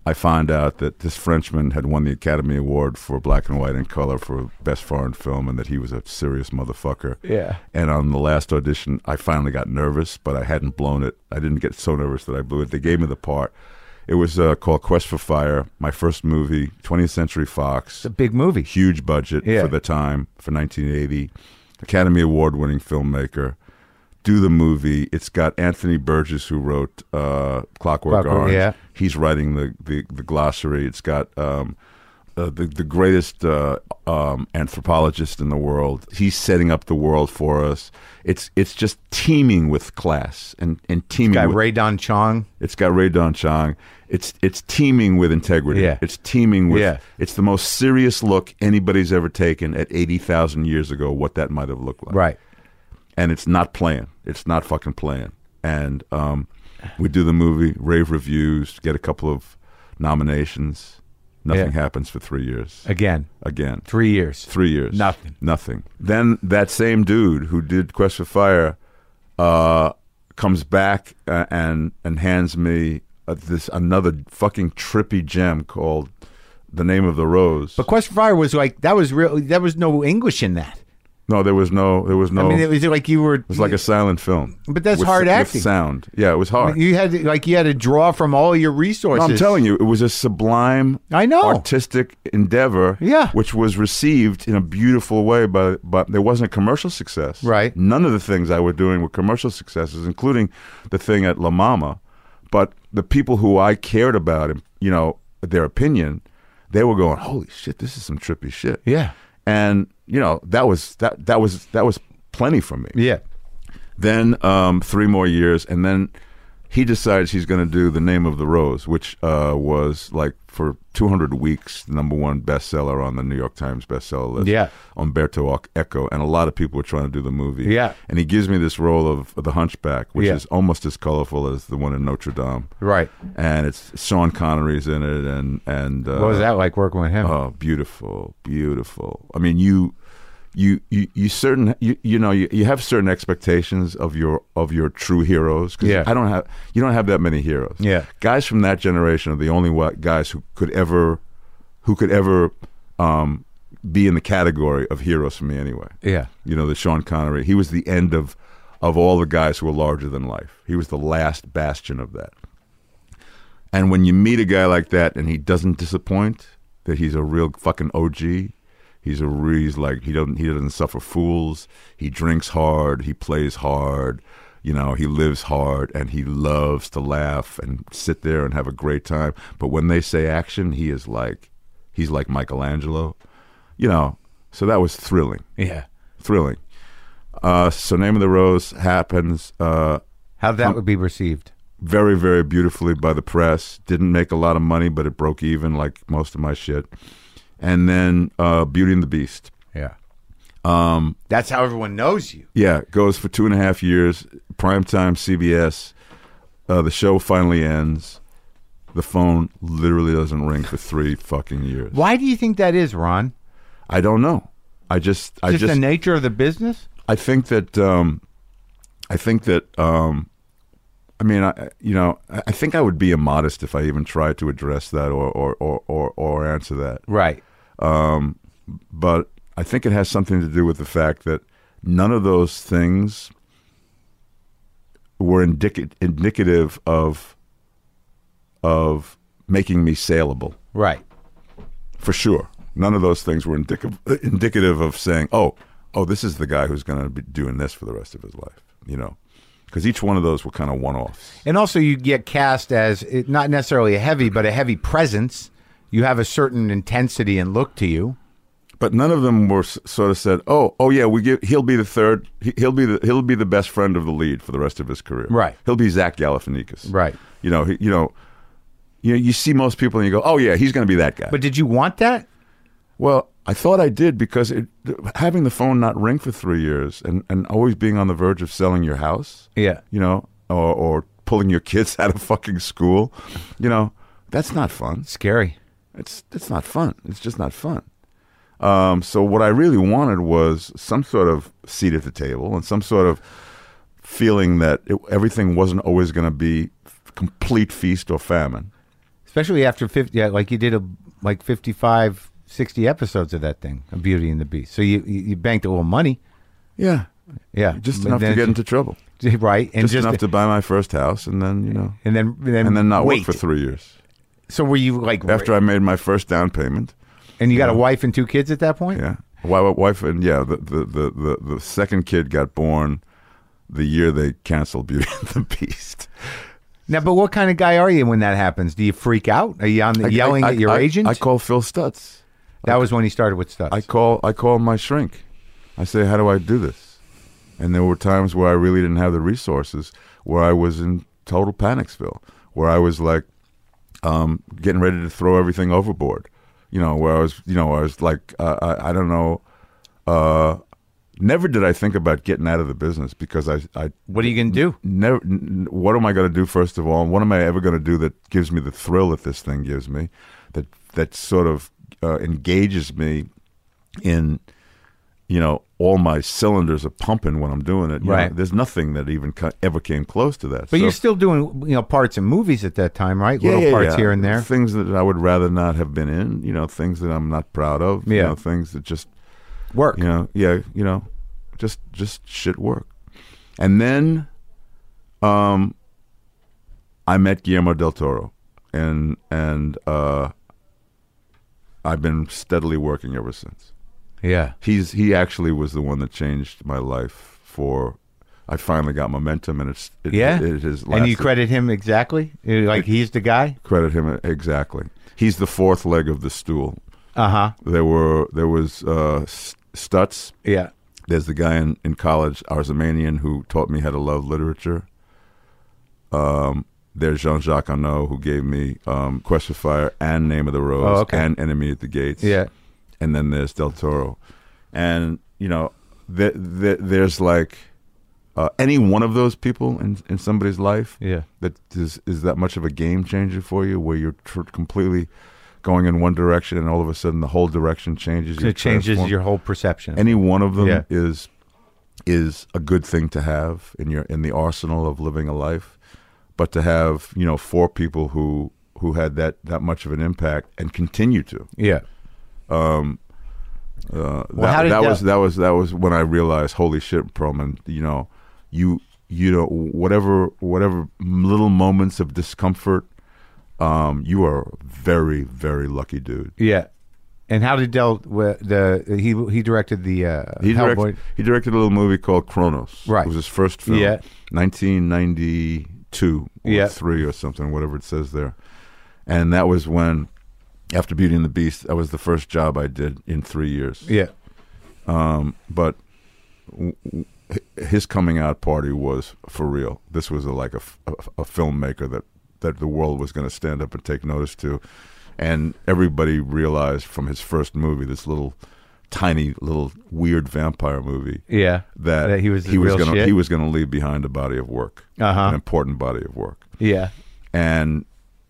I find out that this Frenchman had won the Academy Award for Black and White and Color for Best Foreign Film and that he was a serious motherfucker.
Yeah.
And on the last audition, I finally got nervous, but I hadn't blown it. I didn't get so nervous that I blew it. They gave me the part. It was uh, called Quest for Fire, my first movie, 20th Century Fox
It's a big movie.
huge budget
Yeah.
for the time for 1980 academy award winning filmmaker do the movie it's got anthony burgess who wrote uh, clockwork,
Clockwork,
orange
yeah.
he's writing the, the, the glossary it's got um, uh, the, the greatest uh, um, anthropologist in the world he's setting up the world for us it's it's just teeming with class and, and teeming
Guy
with,
Ray Don Chong.
it's got Ray Don Chong. It's it's teeming with integrity.
Yeah.
It's teeming with.
Yeah.
It's the most serious look anybody's ever taken at eighty thousand years ago. What that might have looked like.
Right.
And it's not playing. It's not fucking playing. And um, we do the movie, rave reviews, get a couple of nominations, Nothing
Yeah.
happens for three years.
Again,
Again.
three years.
Three years.
Nothing.
Nothing. Then that same dude who did Quest for Fire uh, comes back uh, and and hands me uh, this another fucking trippy gem called "The Name of the Rose."
But Quest for Fire was like that was real. That was no English in that.
no, there was no. There was no.
I mean, it
it
was like you were. It
was like a silent film.
But that's
With-
hard
with
acting.
sound. Yeah, it was hard.
You had to- like you had to draw from all your
No,
resources.
I'm telling you, it was a sublime,
I know.
artistic endeavor.
Yeah.
which was received in a beautiful way, but but there wasn't a commercial success.
Right.
None of the things I were doing were commercial successes, including the thing at La Mama. But the people who I cared about, and you know, their opinion, they were going, "Holy shit, this is some trippy shit."
Yeah.
and you know that was that that was that was plenty for me
Yeah.
then um, three more years, and then he decides he's going to do the name of the rose, which uh, was like for 200 weeks the number one bestseller on the New York Times bestseller list.
Yeah.
Umberto Eco, and a lot of people were trying to do the movie.
Yeah.
and he gives me this role of the Hunchback, which
Yeah.
is almost as colorful as the one in Notre Dame.
Right.
And it's Sean Connery's in it, and and uh,
What was that like working with him?
Oh, beautiful, beautiful. I mean, you, you, you, you certain you, you know you, you have certain expectations of your of your true heroes. 'cause
Yeah.
I don't have you don't have that many heroes.
Yeah.
guys from that generation are the only wa- guys who could ever, who could ever, um, be in the category of heroes for me anyway.
yeah.
You know, the Sean Connery. He was the end of of all the guys who were larger than life. He was the last bastion of that. And when you meet a guy like that and he doesn't disappoint, that he's a real fucking OG. He's a re- he's like he doesn't he doesn't suffer fools. He drinks hard, he plays hard, you know, he lives hard and he loves to laugh and sit there and have a great time. But when they say action, he is like he's like Michelangelo. You know, so that was thrilling
Yeah.
thrilling. Uh, so Name of the Rose happens uh,
How that would be received.
very, very beautifully by the press. Didn't make a lot of money, but it broke even like most of my shit. And then uh, Beauty and the Beast.
Yeah. Um. That's how everyone knows you.
Yeah, it goes for two and a half years. Primetime CBS. Uh, the show finally ends. The phone literally doesn't ring for three fucking years.
Why do you think that is, Ron?
I don't know. I just, I
Just,
just,
the nature of the business.
I think that um, I think that um, I mean I you know I I think I would be immodest if I even tried to address that or or or, or, or answer that.
Right.
But I think it has something to do with the fact that none of those things were indic- indicative of of making me saleable
Right.
for sure. None of those things were indicative indicative of saying, "Oh, oh, this is the guy who's going to be doing this for the rest of his life," you know, because each one of those were kind of one offs.
And also, you get cast as it- not necessarily a heavy, but a heavy presence. You have a certain intensity and look to you.
But none of them were s- sort of said, "Oh, oh yeah, we give, he'll be the third, he, he'll be the he'll be the best friend of the lead for the rest of his career."
Right.
He'll be Zach Galifianakis.
Right.
You know, he, you know, you you see most people and you go, "Oh yeah, he's going to be that guy."
But did you want that?
Well, I thought I did because it, having the phone not ring for three years and, and always being on the verge of selling your house,
Yeah.
you know, or, or pulling your kids out of fucking school, you know, that's not fun.
Scary.
It's it's not fun. It's just not fun. Um, so what I really wanted was some sort of seat at the table and some sort of feeling that it, everything wasn't always going to be complete feast or famine.
Especially after 50, yeah, like you did a, like 55, 60 episodes of that thing, of Beauty and the Beast. So you, you you banked a little money.
Yeah,
Yeah.
just
And
enough to
then-
get into trouble.
Right. And
Just,
just,
enough to buy my first house, and then you know.
And then, and then,
and then not work
wait.
for three years.
So were you like,
After I made my first down payment,
and you got a wife and two kids at that point?
yeah, wife, wife and yeah, the the, the the the second kid got born the year they canceled Beauty and the Beast.
Now, but what kind of guy are you when that happens? Do you freak out? Are you on the,
I-
yelling
I-
at your
I-
agent?
I call Phil Stutz.
that was when he started with stuff.
I call I call my shrink. I say, how do I do this? And there were times where I really didn't have the resources, where I was in total panicsville, where I was like um, getting ready to throw everything overboard. You know, where I was, you know, I was like, uh, I, I don't know, uh, Never did I think about getting out of the business because I, I
What are you going to do?
never n- what am i going to do first of all and what am i ever going to do that gives me the thrill that this thing gives me that that sort of uh, engages me in you know all my cylinders are pumping when i'm doing it you
Right.
know? there's nothing that even co- ever came close to that
But you're still doing you know parts in movies at that time, right? Little parts here and there.
things that i would rather not have been in you know things that i'm not proud of you
Yeah.
know things that just
Work.
you know yeah you know just just shit work and then um i met guillermo del toro and and uh i've been steadily working ever since
Yeah.
he's he actually was the one that changed my life for i finally got momentum and it's it,
Yeah.
it is
and you credit him exactly? You- Like he's the guy?
credit him exactly he's the fourth leg of the stool
Uh huh.
there were there was uh S- stutz
Yeah.
There's the guy in, in college, Arzamanian, who taught me how to love literature. Um, there's Jean Jacques Arnaud, who gave me um, Question of Fire and Name of the Rose
Oh, okay.
and Enemy at the Gates.
Yeah.
And then there's Del Toro. And, you know, there, there, there's like uh, any one of those people in, in somebody's life
Yeah.
that is, is that much of a game changer for you where you're tr- completely going in one direction and all of a sudden the whole direction changes.
So
you're
it changes
transformed
your whole perception.
any one of them
Yeah.
is is a good thing to have in your in the arsenal of living a life but to have you know four people who who had that that much of an impact and continue to
yeah.
uh,
Well, how
that,
did
that
that-
was that was that was when i realized holy shit Perlman, you know you you know whatever whatever little moments of discomfort um you are a very very lucky dude
Yeah. And how did Del wh- the he he directed the uh,
He
Hellboy?
directed, he directed a little movie called Kronos.
Right.
It was his first film.
Yeah.
1992 or
Yeah.
3 or something, whatever it says there. And that was when, after Beauty and the Beast, that was the first job I did in three years.
Yeah.
But w- w- his coming out party was for real. This was a, like a, f- a- a filmmaker that, that the world was going to stand up and take notice to. And everybody realized from his first movie, this little tiny little weird vampire movie
Yeah.
that,
That he was the
he was
real
gonna
shit?
he was gonna leave behind a body of work,
Uh-huh.
an important body of work.
Yeah.
And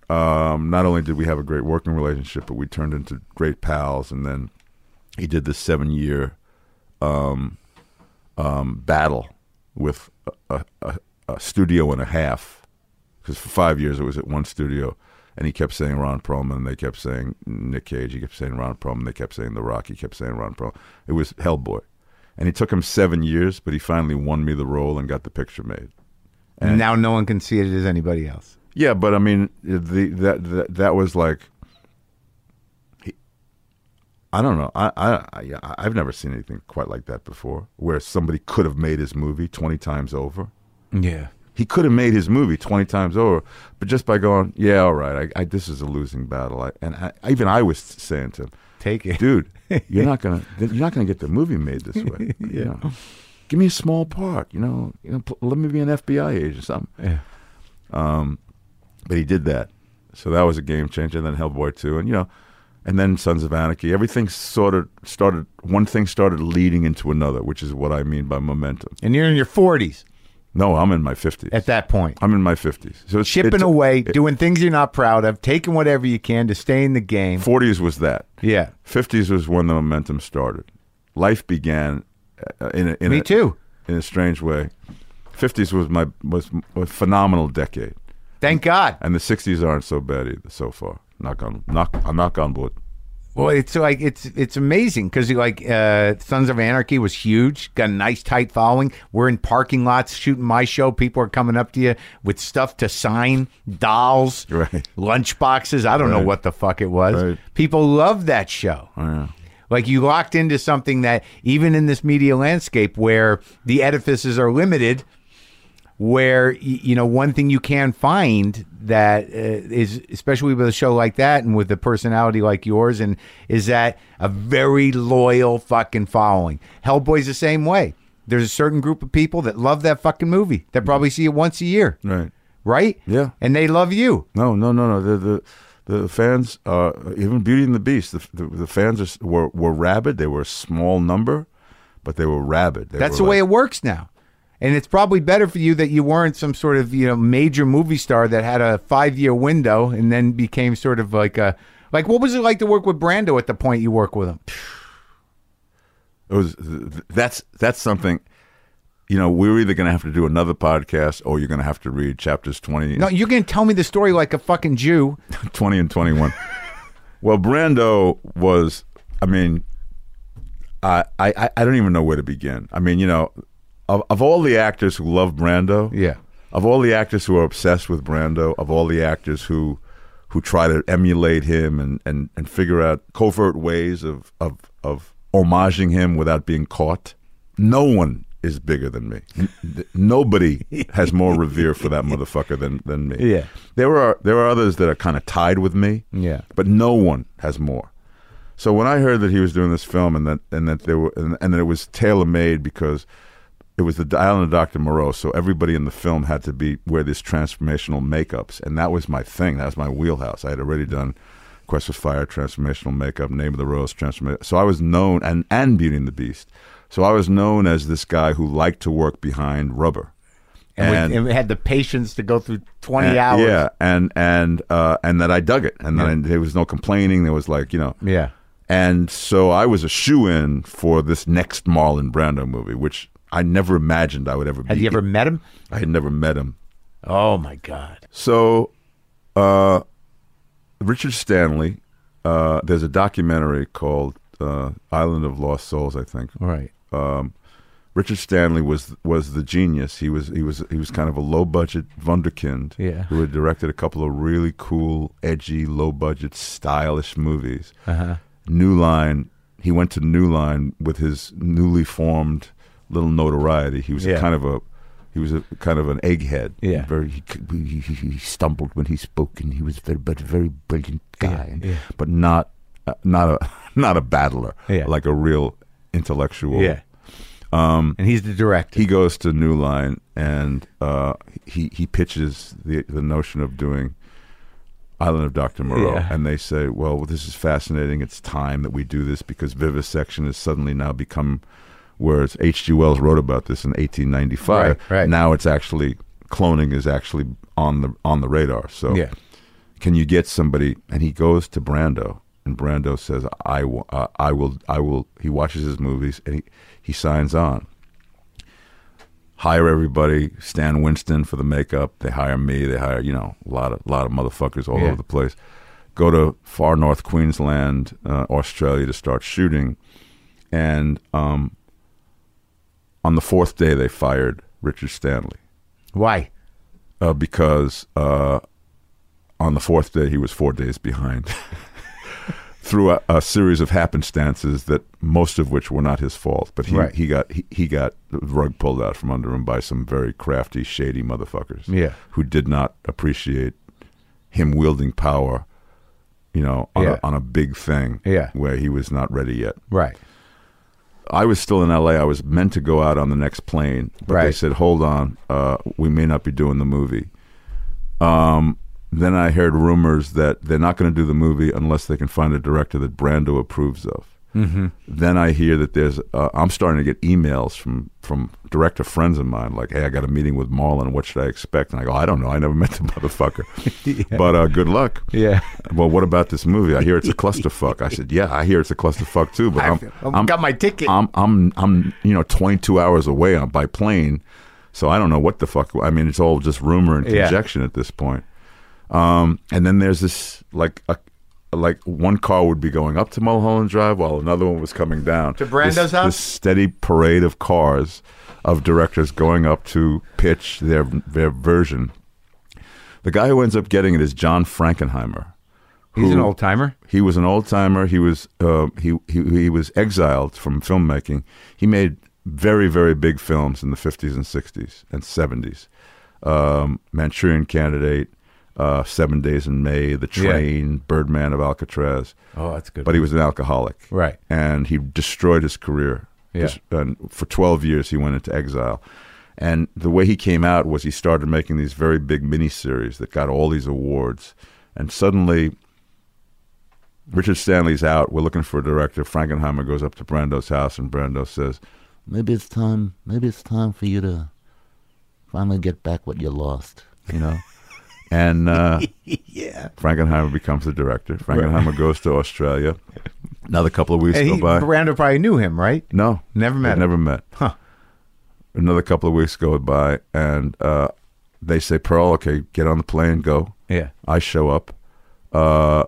um, not only did we have a great working relationship, but we turned into great pals. And then he did this seven year um, um, battle with a, a, a, a studio and a half, because for five years it was at one studio. And he kept saying Ron Perlman. They kept saying Nick Cage. He kept saying Ron Perlman. They kept saying The Rock. He kept saying Ron Perlman. It was Hellboy, and it took him seven years, but he finally won me the role and got the picture made.
And now no one can see it as anybody else.
Yeah, but I mean, the that that, that was like, he- I don't know. I I I- I've never seen anything quite like that before, where somebody could have made his movie twenty times over.
Yeah.
He could have made his movie twenty times over, but just by going, yeah, all right, I, I this is a losing battle. I, and I, even I was saying to him,
Take it.
dude, you're not gonna you're not gonna get the movie made this way. yeah. Give me a small part, you know. You know, pl- let me be an FBI agent or something. Um,
Yeah.
But he did that. So that was a game changer. And then Hellboy 2, and you know, and then Sons of Anarchy. Everything sort of started, one thing started leading into another, which is what I mean by momentum.
And you're in your 40s
No, I'm in my 50s.
at that point.
I'm in my 50s. So it's,
Chipping
it's-
away, doing things you're not proud of, taking whatever you can to stay in the game.
40s was that.
Yeah.
50s was when the momentum started. Life began uh, in a, in
Me
a,
too.
in a strange way. 50s was my was a phenomenal decade,
Thank God.
and the 60s aren't so bad either so far. Knock on knock I knock on wood.
Well, it's like it's it's amazing because like uh, Sons of Anarchy was huge, got a nice tight following. We're in parking lots shooting my show. People are coming up to you with stuff to sign, dolls,
Right.
lunch boxes. I don't know
Right.
what the fuck it was.
Right. Oh,
People love that show. Like you locked into something that even in this media landscape where the edifices are limited, where y- you know one thing you can find that uh, is especially with a show like that and with a personality like yours and is that a very loyal fucking following. Hellboy's the same way. There's a certain group of people that love that fucking movie that probably see it once a year,
Right.
right?
Yeah.
and they love you.
No, no, no, no. The the the fans, uh, even Beauty and the Beast, the the, the fans are, were were rabid. They were a small number, but they were rabid. They
That's the
were
way
like-
it works now. And it's probably better for you that you weren't some sort of you know major movie star that had a five year window and then became sort of like a like what was it like to work with Brando at the point you work with him?
it was. th- th- That's that's something. You know, we're either going to have to do another podcast, or you're going to have to read chapters twenty.
No, you're gonna tell me the story like a fucking Jew.
20 and 21. well, Brando was, I mean, I, I, I don't even know where to begin. I mean, you know, of, of all the actors who love Brando,
Yeah.
of all the actors who are obsessed with Brando, of all the actors who who try to emulate him and, and, and figure out covert ways of, of, of homaging him without being caught, no one is bigger than me. N- th- Nobody has more revere for that motherfucker than, than me.
Yeah.
There are there are others that are kind of tied with me.
Yeah.
But no one has more. So when I heard that he was doing this film and that and that there were and, and that it was tailor made because it was the island of Dr. Moreau, so everybody in the film had to be wear these transformational makeups, and that was my thing. That was my wheelhouse. I had already done Quest for Fire, transformational makeup, Name of the Rose, transformation. So I was known and and Beauty and the Beast. So I was known as this guy who liked to work behind rubber.
And, we, and we had the patience to go through twenty
And-
hours.
Yeah, and and uh, and that I dug it, and then there was no complaining. There was like you know,
Yeah.
And so I was a shoe in for this next Marlon Brando movie, which I never imagined I would ever.
Had
be.
you ever met him?
I had never met him.
Oh my God.
So, uh, Richard Stanley. Uh, there's a documentary called uh, "Island of Lost Souls," I think,
Right.
Richard Stanley was was the genius. He was he was he was kind of a low budget wunderkind
Yeah.
who had directed a couple of really cool, edgy, low budget, stylish movies.
Uh-huh.
New Line. He went to New Line with his newly formed little notoriety. He was
Yeah.
kind of a he was a kind of an egghead.
Yeah.
Very he, he, he- he stumbled when he spoke, and he was very but a very brilliant guy,
yeah.
but not uh, not a not a battler
Yeah.
like a real intellectual
Yeah. Um, and he's the director.
he goes to New Line and uh, he he pitches the the notion of doing Island of Dr. Moreau,
Yeah.
and they say, "Well, this is fascinating. It's time that we do this because vivisection has suddenly now become where it's H.G. Wells wrote about this in 1895.
Right, right.
Now it's actually cloning is actually on the on the radar. So
yeah.
can you get somebody and he goes to brando and brando says i, w- uh, I will i will he watches his movies and he, he signs on hire everybody stan winston for the makeup they hire me they hire you know a lot of lot of motherfuckers all
Yeah.
over the place go to far north queensland uh, australia to start shooting and um, on the fourth day they fired richard stanley
Why?
uh, because uh, on the fourth day he was four days behind through a, a series of happenstances that most of which were not his fault but he,
Right.
he got he, he got the rug pulled out from under him by some very crafty shady motherfuckers
Yeah.
who did not appreciate him wielding power you know on,
Yeah.
a, on a big thing
Yeah.
where he was not ready yet
Right.
I was still in LA. I was meant to go out on the next plane, but they
Right.
said, "Hold on, uh, we may not be doing the movie." Um, then I heard rumors that they're not going to do the movie unless they can find a director that Brando approves of. Mm-hmm. Then I hear that there's. Uh, I'm starting to get emails from from director friends of mine, like, "Hey, I got a meeting with Marlon. What should I expect?" And I go, "I don't know. I never met the motherfucker, but uh, good luck."
Yeah.
Well, what about this movie? I hear it's a clusterfuck. I said, "Yeah, I hear it's a clusterfuck too." But I'm,
I've
I'm-
got my ticket.
I'm I'm I'm you know 22 hours away on by plane, so I don't know what the fuck. I mean, it's all just rumor and
Yeah.
conjecture at this point. Um, and then there's this like a like one car would be going up to Mulholland Drive while another one was coming down to
Brando's
this,
house?
This steady parade of cars of directors going up to pitch their their version. The guy who ends up getting it is John Frankenheimer.
He's an
who-
old timer.
he was an old timer. He was uh, he, he he was exiled from filmmaking. He made very very big films in the fifties and sixties and seventies. Um, Manchurian Candidate, uh, Seven Days in May, The Train, Birdman of Alcatraz.
Oh, that's good.
But he was an alcoholic,
Right.
And he destroyed his career.
Yeah.
Just- and for twelve years, he went into exile. And the way he came out was he started making these very big miniseries that got all these awards. And suddenly, Richard Stanley's out. We're looking for a director. Frankenheimer goes up to Brando's house, and Brando says,
maybe it's time maybe it's time for you to finally get back what you lost you know
and uh, Frankenheimer becomes the director. Frankenheimer goes to Australia. Another couple of weeks
And
go
he,
by.
Brando probably knew him, right?
no,
Never met
They
him.
Never met.
Huh.
Another couple of weeks go by, and uh, they say, "Pearl, okay, get on the plane, go."
Yeah.
I show up. Uh,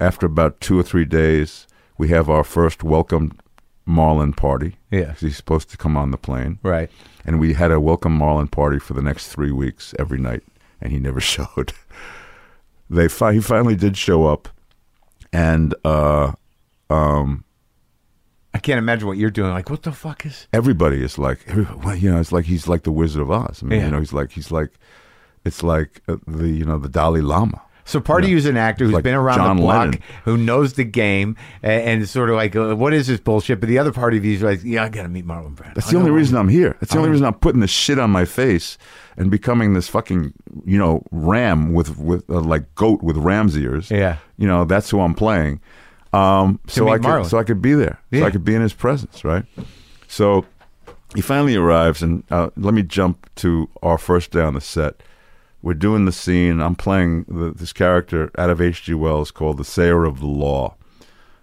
after about two or three days, we have our first welcome Marlin party.
Yeah.
he's supposed to come on the plane,
Right.
and we had a welcome Marlin party for the next three weeks every night, and he never showed. they fi- he finally did show up, and uh,
I can't imagine what you're doing. Like, what the fuck is?
everybody is like, everybody, well, you know, it's like he's like the Wizard of Oz. I mean,
Yeah.
you know, he's like he's like, it's like uh, the you know the Dalai Lama.
So Party is an actor who's
Like
been around
John
the block,
Lennon.
who knows the game, and, and sort of like, uh, what is this bullshit? But the other part of you is like, yeah, I gotta meet Marlon Brando.
That's
I
the only
know
reason I'm here. That's the only reason I'm putting this shit on my face and becoming this fucking you know ram with with uh, like goat with ram's ears.
Yeah.
you know that's who I'm playing. Um, so
meet
I could,
Marlon.
so I could be there. So
Yeah.
I could be in his presence, right? So he finally arrives, and uh, let me jump to our first day on the set. We're doing the scene. I'm playing the, this character out of H.G. Wells called the Sayer of the Law,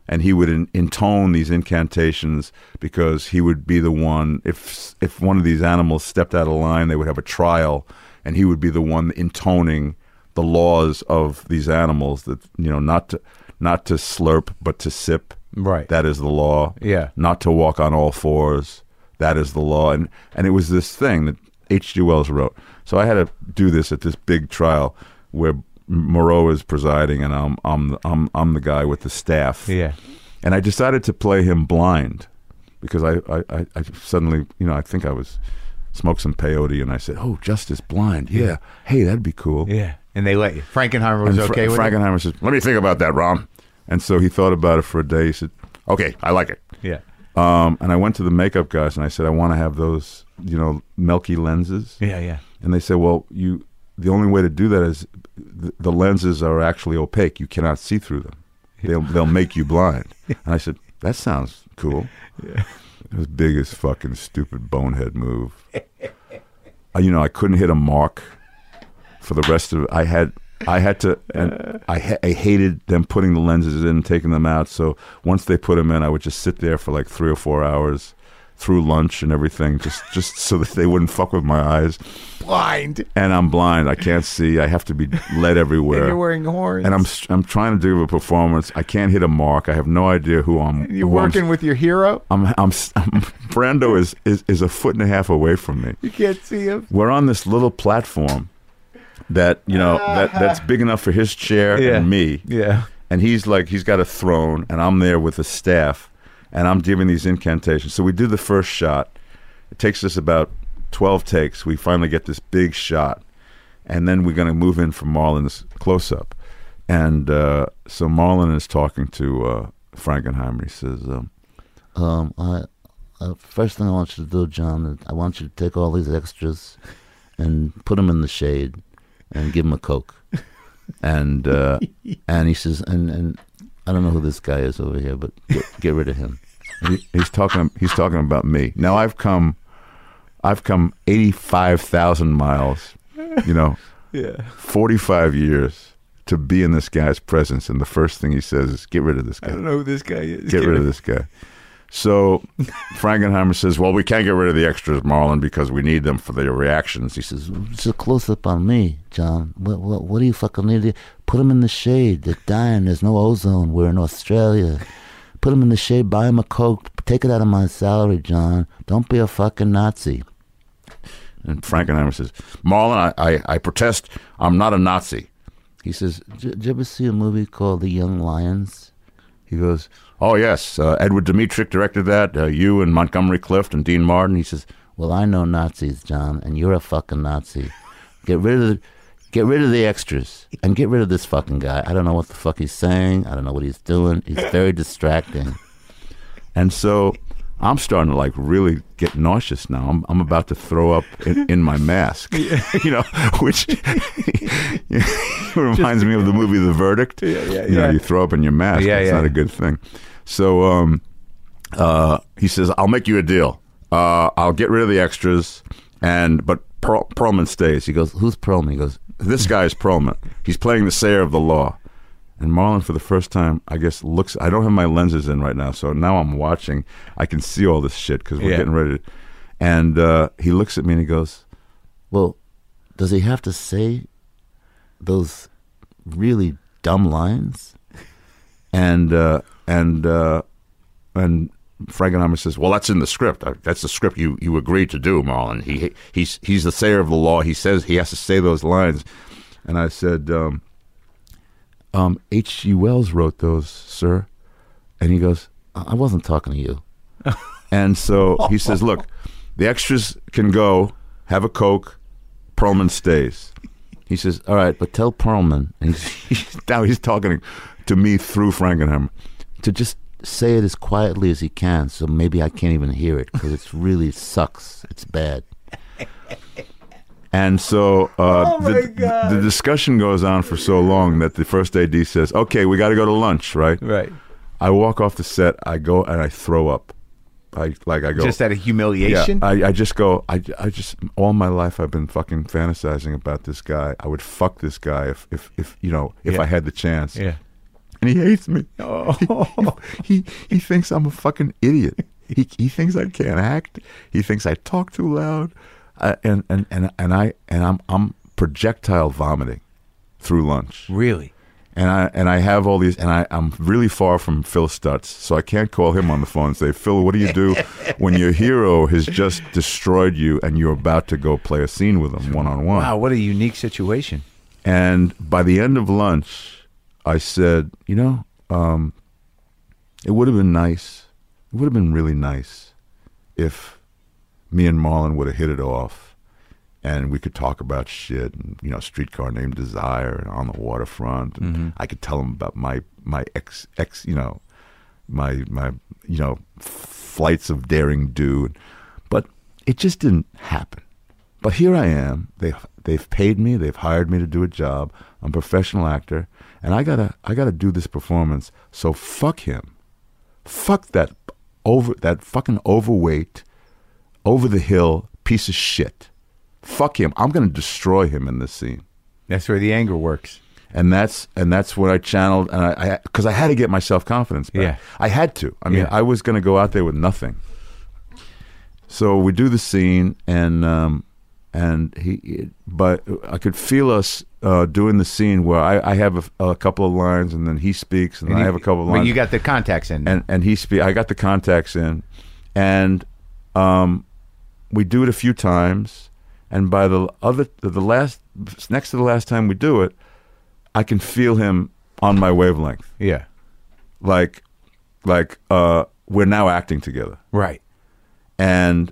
and he would in, intone these incantations because he would be the one. If if one of these animals stepped out of line, they would have a trial, and he would be the one intoning the laws of these animals that you know not to not to slurp but to sip.
Right.
That is the law
Yeah.
not to walk on all fours. That is the law. And, and it was this thing that H.G. Wells wrote. So I had to do this at this big trial where Moreau is presiding and I'm, I'm, the, I'm, I'm the guy with the staff.
Yeah.
And I decided to play him blind because I, I, I, I suddenly, you know, I think I was smoked some peyote and I said, oh, Justice Blind. Yeah. Hey, that'd be cool.
Yeah, and they let you. Frankenheimer was
And Fra-
okay with it.
Frankenheimer says, let me think about that, Rom. And so he thought about it for a day. He said, okay, I like it.
Yeah,
Um, and I went to the makeup guys and I said, I want to have those, you know, milky lenses.
yeah, yeah.
And they said, Well, you, the only way to do that is th- the lenses are actually opaque. You cannot see through them. They'll they'll make you blind. And I said, That sounds cool. It was big as fucking stupid bonehead move. Uh, you know, I couldn't hit a mark for the rest of. I had. I had to, and I, ha- I hated them putting the lenses in and taking them out. So once they put them in, I would just sit there for like three or four hours through lunch and everything, just just so that they wouldn't fuck with my eyes
Blind.
and I'm blind. I can't see. I have to be led everywhere.
And you're wearing horns.
And I'm I'm trying to do a performance. I can't hit a mark. I have no idea who I'm.
You're
who I'm-
working with your hero.
I'm, I'm, I'm- Brando is, is is a foot and a half away from me.
You can't see him.
We're on this little platform that you know that that's
Uh-huh.
big enough for his chair
Yeah.
and me.
Yeah.
And he's like he's got a throne, and I'm there with a staff, and I'm giving these incantations. So we do the first shot. It takes us about twelve takes. We finally get this big shot and then we're going to move in for Marlin's close up. And uh, so Marlin is talking to uh, Frankenheimer. He says, um,
um i uh, first thing i want you to do john is i want you to take all these extras and put them in the shade and give them a coke
and uh,
and he says and and i don't know who this guy is over here but get, get rid of him
he, he's talking he's talking about me. Now I've come I've come 85,000 miles, you know,
Yeah.
45 years to be in this guy's presence and the first thing he says is get rid of this guy.
know who this guy is.
get rid of this guy. So Frankenheimer says, "Well, we can't get rid of the extras, Marlin, because we need them for their reactions." He says,
says, "It's a close up on me, John. What, what, what do you fucking need? to- Put them in the shade. They're dying. There's no ozone. We're in Australia. Put them in the shade. Buy them a coke. Take it out of my salary, John. Don't be a fucking Nazi."
And Frankenheimer says, Marlon, I, I, I protest. I'm not a Nazi.
He says, "Did did you ever see a movie called The Young Lions?"
He goes, Oh, yes. Uh, Edward Dimitrik directed that. Uh, you and Montgomery Clift and Dean Martin. He says,
Well, I know Nazis, John, and you're a fucking Nazi. Get rid of the, get rid of the extras and get rid of this fucking guy. I don't know what the fuck he's saying. I don't know what he's doing. He's very distracting.
And so I'm starting to like really get nauseous now. I'm, I'm about to throw up in, in my mask, you know, which reminds me of the movie The Verdict. Yeah, yeah, you know,
yeah.
you throw up in your mask.
Yeah,
it's
yeah.
not a good thing. So um, uh, he says, I'll make you a deal. Uh, I'll get rid of the extras, and but Perl- Perlman stays. He goes,
Who's Perlman? He goes,
this guy's Perlman. He's playing the sayer of the law. And Marlon, for the first time, I guess looks. I don't have my lenses in right now, so now I'm watching. I can see all this shit because we're
Yeah.
getting ready. To, and uh, he looks at me and he goes,
Well, does he have to say those really dumb lines?
and uh, and uh, and Frank and I says, "Well, that's in the script. Uh, That's the script you, you agreed to do, Marlon. He he's he's the sayer of the law. He says he has to say those lines." And I said, um, um, "H. G. Wells wrote those, sir." And he goes,
I I wasn't talking to you.
and so he says, "Look, the extras can go. Have a coke. Perlman stays." He says, "All right,
But tell Perlman
And he's, now he's talking to me through Frankenheimer.
to just say it as quietly as he can, so maybe I can't even hear it because it's really sucks. It's bad.
And so
Oh
uh, the, the discussion goes on for so long that the first AD says, okay, we got to go to lunch, right?
Right.
I walk off the set, I go and I throw up. I like I go
Just out of humiliation.
Yeah, I, I just go. I, I just all my life I've been fucking fantasizing about this guy. I would fuck this guy if if, if you know if
Yeah.
I had the chance.
Yeah.
and he hates me. he, he thinks I'm a fucking idiot. He, he thinks I can't act. He thinks I talk too loud, uh, and and and and I and I'm I'm projectile vomiting through lunch
Really?
and I and I have all these, and I I'm really far from Phil Stutz, so I can't call him on the phone and say, Phil, what do you do when your hero has just destroyed you and you're about to go play a scene with him one on one?
Wow, what a unique situation.
And by the end of lunch, I said, you know, um, it would have been nice. It would have been really nice if me and Marlon would have hit it off and we could talk about shit and, you know, streetcar named Desire and on the waterfront. And I could tell him about my, my ex, ex, you know, my, my, you know, flights of daring do. But it just didn't happen. But here I am. They they've paid me. They've hired me to do a job. I'm a professional actor, and I gotta I gotta do this performance. So fuck him. Fuck that over that fucking overweight, over the hill piece of shit. Fuck him. I'm gonna destroy him in this scene
That's where the anger works.
and that's and that's what I channeled, and I because I, had to get my self confidence back.
Yeah.
I had to. I mean,
Yeah.
I was going to go out there with nothing. So we do the scene, and um, and he, it- but I could feel us uh, doing the scene where I, I have a, a couple of lines, and then he speaks, and, I
you-
have a couple of
Well,
lines,
you got the contacts in.
and and he speak. I got the contacts in, and um, we do it a few times, and by the other the last next to the last time we do it, I can feel him on my wavelength.
yeah.
Like, like uh, we're now acting together,
Right.
and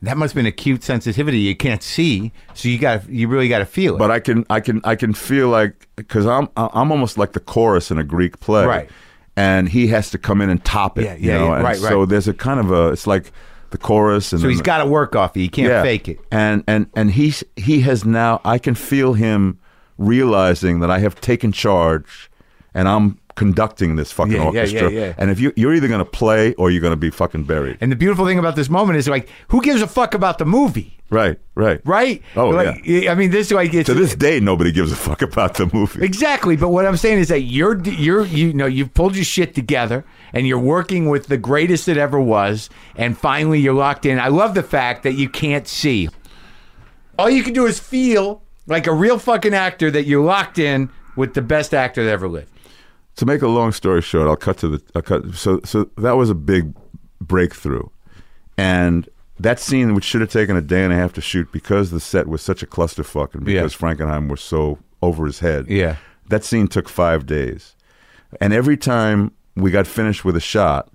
That must have been acute sensitivity you can't see, so you got you really got to feel it.
but I can I can I can feel like because I'm I'm almost like the chorus in a Greek play,
Right.
And he has to come in and top it,
Yeah,
you
yeah,
know?
yeah,
and
right,
So
right.
there's a kind of a it's like the chorus, and
so
then
he's
the-
got to work off it. He can't fake it.
And and and he's he has now. I can feel him realizing that I have taken charge, and I'm conducting this fucking
Yeah, yeah,
orchestra.
yeah, yeah.
And if you you're either gonna play or you're gonna be fucking buried.
And the beautiful thing about this moment is like, who gives a fuck about the movie,
right, right,
right?
Oh
like,
yeah.
I mean, this like it's,
To this day, nobody gives a fuck about the movie.
Exactly, but what I'm saying is that you're you're you know you've pulled your shit together and you're working with the greatest that ever was, and finally you're locked in. I love the fact that you can't see. All you can do is feel like a real fucking actor that you're locked in with the best actor that ever lived.
to make a long story short, I'll cut to the I'll cut. So so that was a big breakthrough, and that scene, which should have taken a day and a half to shoot, because the set was such a clusterfuck, and because Frankenheim was so over his head.
Yeah.
that scene took five days, and every time we got finished with a shot,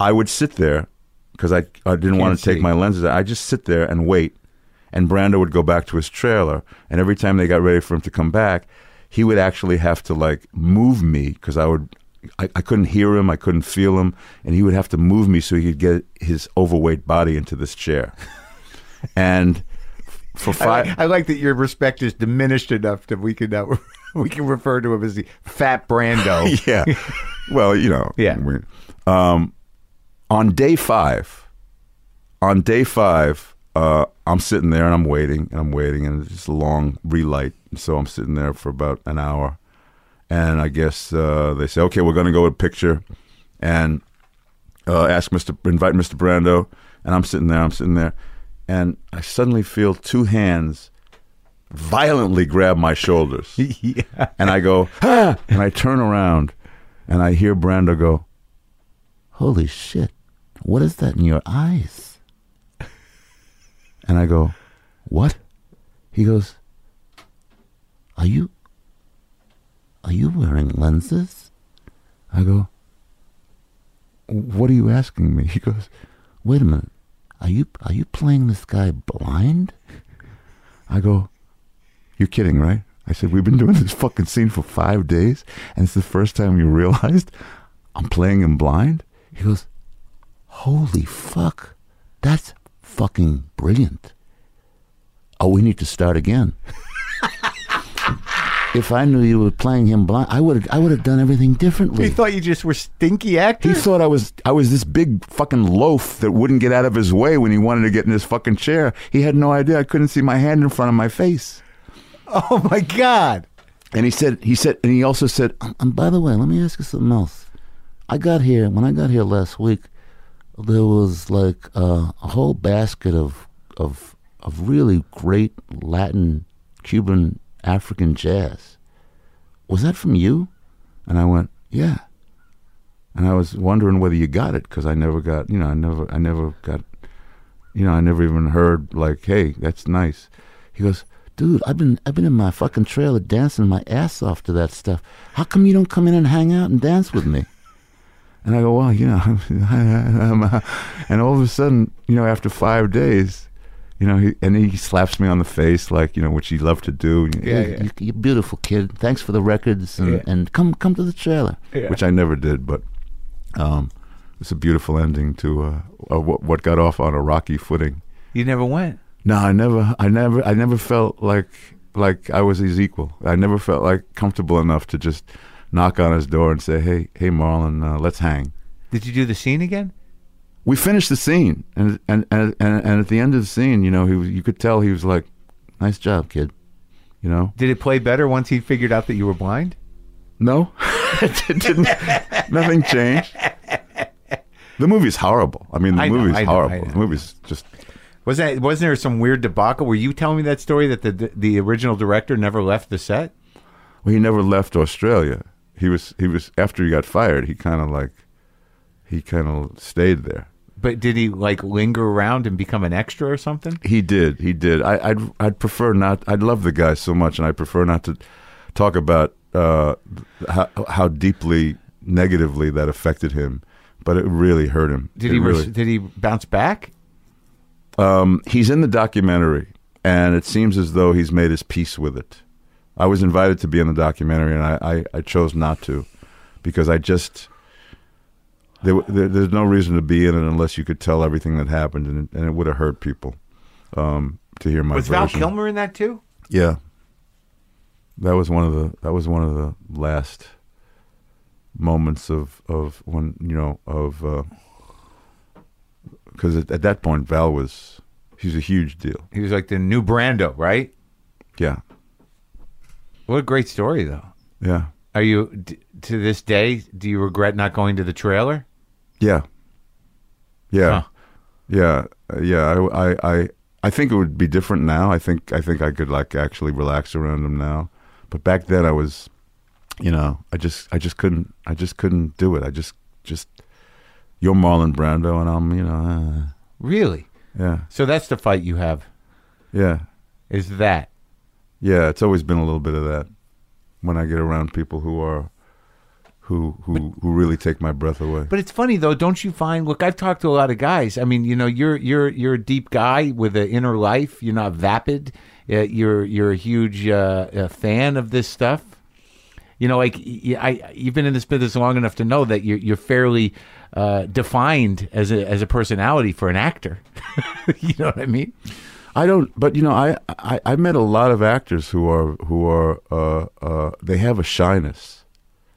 I would sit there because I I didn't want to take
see.
my lenses. out. I just sit there and wait. And Brando would go back to his trailer, and every time they got ready for him to come back, he would actually have to like move me because I would, I, I couldn't hear him, I couldn't feel him, and he would have to move me so he could get his overweight body into this chair. and f- for five,
I like that your respect is diminished enough that we can now we can refer to him as the Fat Brando.
yeah. Well, you know.
Yeah.
we- um, on day five, on day five, uh, I'm sitting there and I'm waiting and I'm waiting and it's just a long relight. So I'm sitting there for about an hour, and I guess uh, they say, okay, we're going to go with picture, and uh, ask Mr. invite Mr. Brando, and I'm sitting there, I'm sitting there, and I suddenly feel two hands violently grab my shoulders, and I go, ah! and I turn around, and I hear Brando go,
Holy shit. What is that in your eyes?
and I go,
What?
he goes,
Are you. Are you wearing lenses?
I go, what are you asking me? He goes,
Wait a minute. Are you are you playing this guy blind?
I go, you're kidding, right? I said, we've been doing this fucking scene for five days, and it's the first time you realized I'm playing him blind?
He goes, Holy fuck. That's fucking brilliant. Oh, we need to start again. if I knew you were playing him blind, I would have I would have done everything differently.
He thought you just were stinky actor.
He thought I was I was this big fucking loaf that wouldn't get out of his way when he wanted to get in his fucking chair. He had no idea I couldn't see my hand in front of my face.
Oh my god!
And he said he said and he also said um,
Um, And by the way, let me ask you something else. I got here when I got here last week. There was like uh, a whole basket of of of really great Latin, Cuban, African jazz. Was that from you?
and I went, "Yeah." And I was wondering whether you got it cuz I never got, you know, I never I never got you know, I never even heard like, "Hey, that's nice." He goes,
Dude, I've been I've been in my fucking trailer dancing my ass off to that stuff. How come you don't come in and hang out and dance with me?
And I go, well, you know, I'm, uh," and all of a sudden, you know, after five days, you know, he, and he slaps me on the face, like, you know, which he loved to do,
Yeah,
You- You, you're beautiful, kid. Thanks for the records and, and come come to the trailer.
which I never did, but um, it's a beautiful ending to uh, uh, what, what got off on a rocky footing.
You never went.
No, I never, I never, I never felt like like I was his equal. I never felt like comfortable enough to just knock on his door and say, "Hey, hey, Marlon, uh, let's hang."
Did you do the scene again?
we finished the scene, and and and and, and at the end of the scene, you know, he was, you could tell he was like, "Nice job, kid," you know.
Did it play better once he figured out that you were blind?
No, it didn't. Nothing changed. The movie's horrible. I mean, the
I know,
movie's
I know, I
horrible.
know.
The movie's just.
Was that wasn't there some weird debacle? Were you telling me that story that the the original director never left the set?
Well, he never left Australia. He was he was after he got fired. He kind of like, he kind of stayed there.
But did he like linger around and become an extra or something?
He did. He did. I, I'd I'd prefer not. I love the guy so much, and I prefer not to talk about uh, how, how deeply negatively that affected him. But it really hurt him.
Did
It
he
really-
res- did he bounce back?
um, he's in the documentary, and it seems as though he's made his peace with it. I was invited to be in the documentary, and I, I, I chose not to because I just there, w- there there's no reason to be in it unless you could tell everything that happened, and, it- and it would have hurt people um, to hear my
Was
version.
Val Kilmer in that too?
Yeah. That was one of the that was one of the last moments of of when you know of because at, at that point Val was he's a huge deal.
He was like the new Brando, right?
Yeah,
What a great story though.
yeah,
Are you d- to this day? Do you regret not going to the trailer?
yeah, yeah,
Huh.
yeah, Uh, yeah. I, I I I think it would be different now. I think I think I could like actually relax around him now, but back then I was, you know, I just I just couldn't I just couldn't do it. I just just you're Marlon Brando and I'm you know. Uh,
Really?
Yeah,
So that's the fight you have.
yeah,
Is that?
yeah. It's always been a little bit of that when I get around people who are who who who really take my breath away.
But it's funny though, don't you find? Look, I've talked to a lot of guys. I mean, you know, you're you're you're a deep guy with an inner life. You're not vapid. Uh, You're you're a huge uh, uh, fan of this stuff. You know, like y- I, you've been in this business long enough to know that you're you're fairly uh, defined as a as a personality for an actor. you know what I mean?
I don't. But you know, I I I met a lot of actors who are who are uh uh they have a shyness.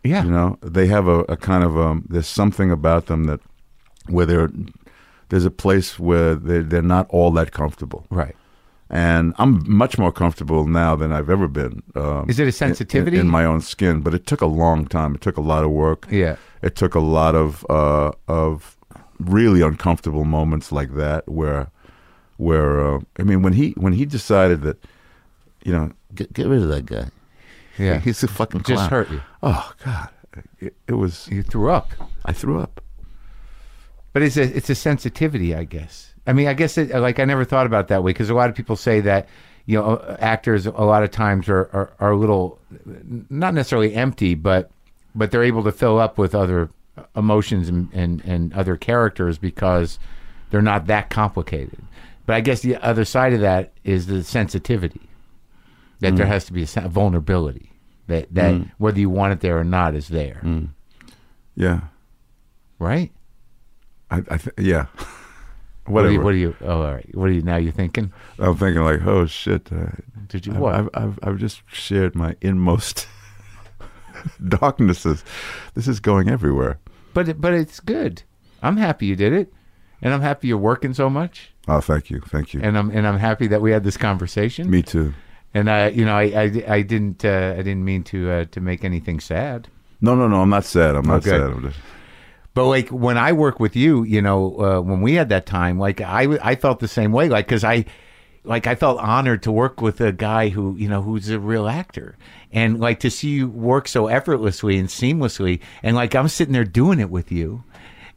Yeah.
You know, they have a, a kind of um. There's something about them that where they're there's a place where they're, they're not all that comfortable.
Right.
And I'm much more comfortable now than I've ever been. Um,
Is it a
in- in-
sensitivity?
in, my own skin? But it took a long time. It took a lot of work.
Yeah.
It took a lot of uh, of really uncomfortable moments like that, where where uh, I mean, when he when he decided that, you know,
Get, get rid of that guy.
Yeah.
He's a fucking
just
clown.
hurt you.
oh God, it, it was
You threw up.
I threw up.
But it's a it's a sensitivity, I guess. I mean, I guess it, like I never thought about it that way because a lot of people say that you know actors a lot of times are, are are a little not necessarily empty, but but they're able to fill up with other emotions and and, and other characters because they're not that complicated. But I guess the other side of that is the sensitivity that there has to be a sen- vulnerability that that whether you want it there or not is there,
Yeah.
right?
I, I th- yeah.
What are,
Whatever.
you, what are you? Oh, all right. What are you now? You thinking?
I'm thinking like, oh shit. Uh,
Did you
I've-
what?
I've, I've I've just shared my inmost darknesses. This is going everywhere.
But it, but it's good. I'm happy you did it, and I'm happy you're working so much,
Oh, thank you, thank you.
and I'm and I'm happy that we had this conversation.
Me too.
And I, you know, I I, I didn't uh, I didn't mean to uh, to make anything sad.
No, no, no. I'm not sad. I'm not
Okay.
sad. I'm just,
But like when I work with you, you know, uh, when we had that time, like I w- I felt the same way, like because I. Like I felt honored to work with a guy who you know who's a real actor, and like to see you work so effortlessly and seamlessly, and like I'm sitting there doing it with you,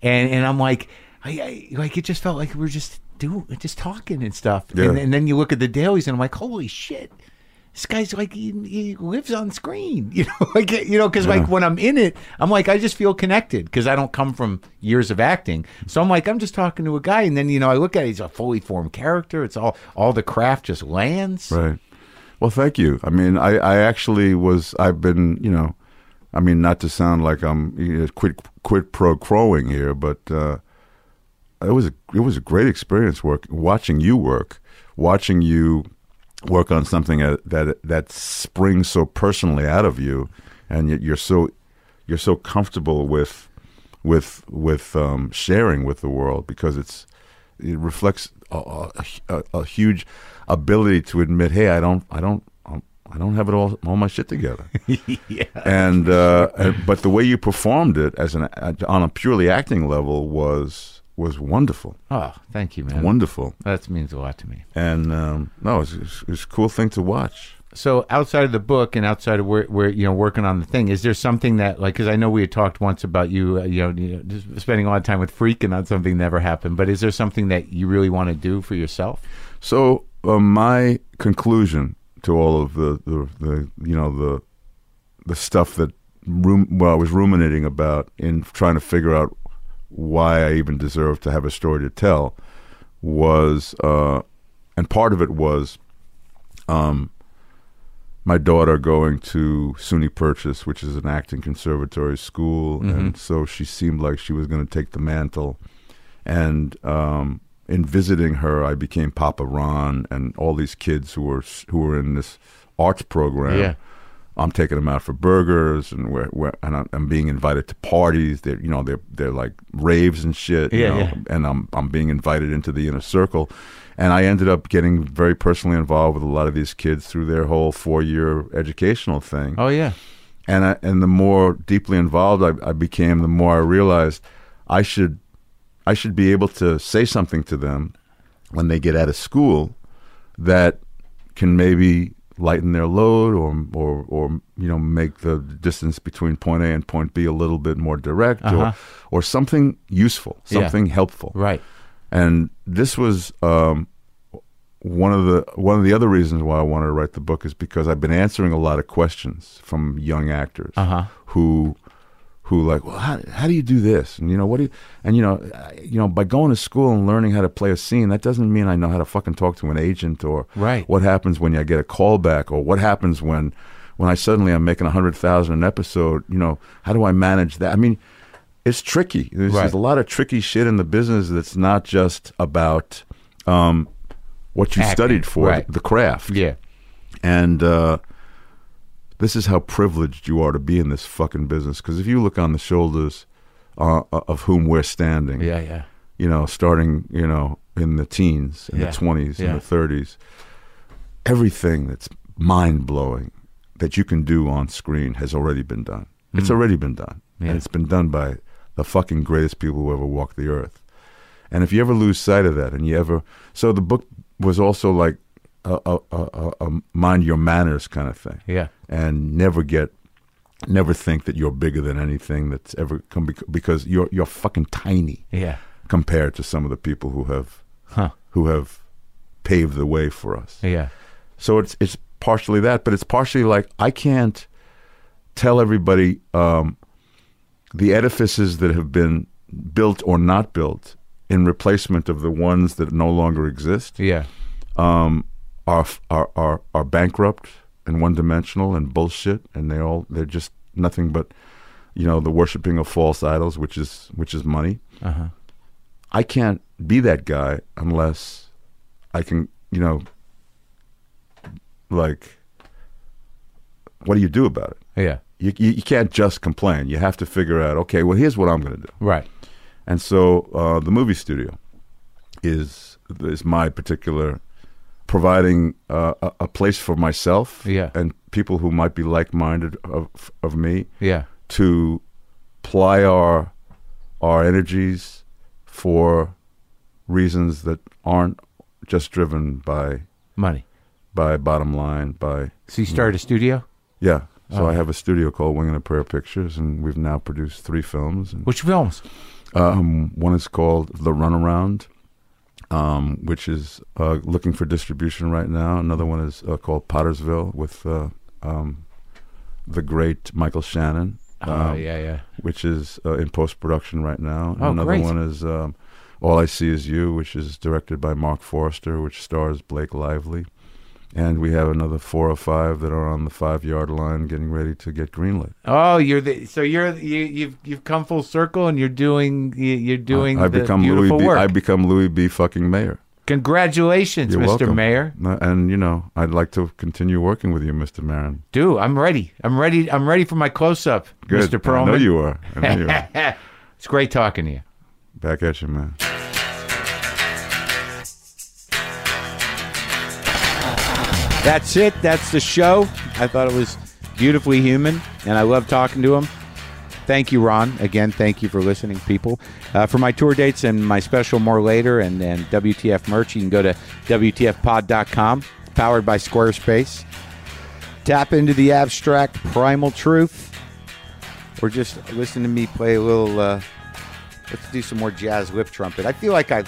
and and I'm like, I, I like it just felt like we were just do just talking and stuff,
Yeah.
and, and then you look at the dailies, and I'm like, holy shit, this guy's like he, he lives on screen you know like you know because like when i'm in it i'm like i just feel connected because i don't come from years of acting so i'm like i'm just talking to a guy and then you know i look at it, he's a fully formed character it's all all the craft just lands
right. Well, thank you. I mean, I, I actually was. I've been, you know, I mean, not to sound like I'm you know, quid quid pro crowing here, but uh, it was a it was a great experience work watching you work, watching you work on something that that, that springs so personally out of you, and yet you're so you're so comfortable with with with um, sharing with the world because it's it reflects a, a, a- a huge ability to admit, hey, I don't I don't um, I don't have it all all my shit together and uh, and- but the way you performed it as an uh, on a purely acting level was was wonderful,
oh thank you man
wonderful,
that means a lot to me
and um, no, it's it's it's a cool thing to watch.
so outside of the book and outside of where, where you know working on the thing is there something that like because i know we had talked once about you uh, you know, you know just spending a lot of time with freaking on something that never happened but is there something that you really want to do for yourself
So uh, my conclusion to all of the, the the you know the the stuff that room well I was ruminating about in trying to figure out why I even deserve to have a story to tell was uh, and part of it was um, my daughter going to SUNY Purchase, which is an acting conservatory school, and so she seemed like she was going to take the mantle. And um, in visiting her, I became Papa Ron, and all these kids who were who were in this arts program.
Yeah.
I'm taking them out for burgers, and we're, we're and I'm, I'm being invited to parties. They're you know they're they're like raves and shit. you
Yeah,
know,
yeah.
and I'm I'm being invited into the inner circle, and I ended up getting very personally involved with a lot of these kids through their whole four year educational thing.
oh yeah
And I, and the more deeply involved I, I became, the more I realized I should I should be able to say something to them when they get out of school that can maybe lighten their load or or or you know make the distance between point A and point B a little bit more direct or or something useful,
Uh-huh. Yeah.
something helpful
right
and this was um, one of the one of the other reasons why I wanted to write the book is because I've been answering a lot of questions from young actors
Uh-huh.
who who like well how, how do you do this and you know what do you and you know I- you know by going to school and learning how to play a scene that doesn't mean I know how to fucking talk to an agent or
Right.
what happens when I get a call back or what happens when when I suddenly I'm making a hundred thousand an episode you know how do I manage that I mean it's tricky there's,
Right.
there's a lot of tricky shit in the business that's not just about um, what you
Acting,
studied for
right.
the craft
Yeah.
and uh, this is how privileged you are to be in this fucking business because if you look on the shoulders uh, of whom we're standing
Yeah, yeah.
you know, starting, you know, in the teens, in
Yeah.
the 20s,
Yeah.
in the 30s. Everything that's mind blowing that you can do on screen has already been done. It's already been done.
Mm. Yeah.
And it's been done by the fucking greatest people who ever walked the earth. And if you ever lose sight of that and you ever. So the book was also like a, a, a, a- a mind your manners kind of thing
Yeah.
and never get never think that you're bigger than anything that's ever come bec- because you're you're fucking tiny
Yeah.
compared to some of the people who have
Huh.
who have paved the way for us.
Yeah.
So it's it's partially that, but it's partially like I can't tell everybody um, the edifices that have been built or not built in replacement of the ones that no longer exist
Yeah.
um, are f- are are are bankrupt and one dimensional and bullshit, and they all they're just nothing but you know the worshiping of false idols, which is which is money.
Uh huh.
I can't be that guy unless I can, you know, like, what do you do about it?
Yeah.
You, you, you can't just complain. You have to figure out, okay, well, here's what I'm going to do.
Right.
And so uh, the movie studio is is my particular providing uh, a, a place for myself
Yeah.
and people who might be like minded of of me
Yeah.
to ply our our energies for reasons that aren't just driven by
Money.
by bottom line by
So you started a studio,
yeah.
Uh-huh.
So I have a studio called Wing and a Prayer Pictures, and we've now produced three films. And
which films?
Um, one is called The Runaround, um, which is uh, looking for distribution right now. Another one is uh, called Pottersville with uh, um, the great Michael Shannon,
Oh
um,
yeah, yeah.
which is uh, in post production right now. And
Oh,
Another
great.
one is um, All I See Is You, which is directed by Mark Forster, which stars Blake Lively. And we have another four or five that are on the five yard line getting ready to get greenlit.
Oh, you're the so you're you, you've you've come full circle and you're doing you, you're doing
I
the
become
beautiful
Louis B.
work.
I become Louis B. Fucking Mayor.
Congratulations,
You're
Mr.
welcome.
Mayor.
No, And you know, I'd like to continue working with you, Mr. Marin.
Dude, I'm ready. I'm ready. I'm ready for my close up,
Good.
Mr. Perlman.
I know you are. I know you are.
it's great talking to you.
Back at you, man.
That's it. That's the show. I thought it was beautifully human, and I love talking to him. Thank you, Ron. Again, thank you for listening, people. Uh, for my tour dates and my special More Later and, and WTF merch, you can go to WTFpod.com, powered by Squarespace. Tap into the abstract primal truth, or just listen to me play a little. Uh, let's do some more jazz whip trumpet. I feel like I,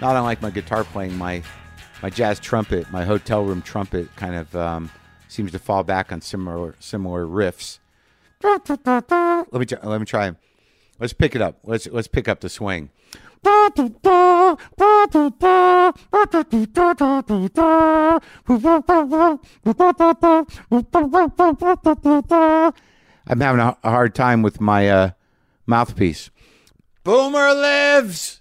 not unlike my guitar playing, my my jazz trumpet, my hotel room trumpet, kind of um, seems to fall back on similar similar riffs. Let me try, let me try. 'em. Let's pick it up. Let's let's pick up the swing. I'm having a a hard time with my uh, mouthpiece. Boomer lives.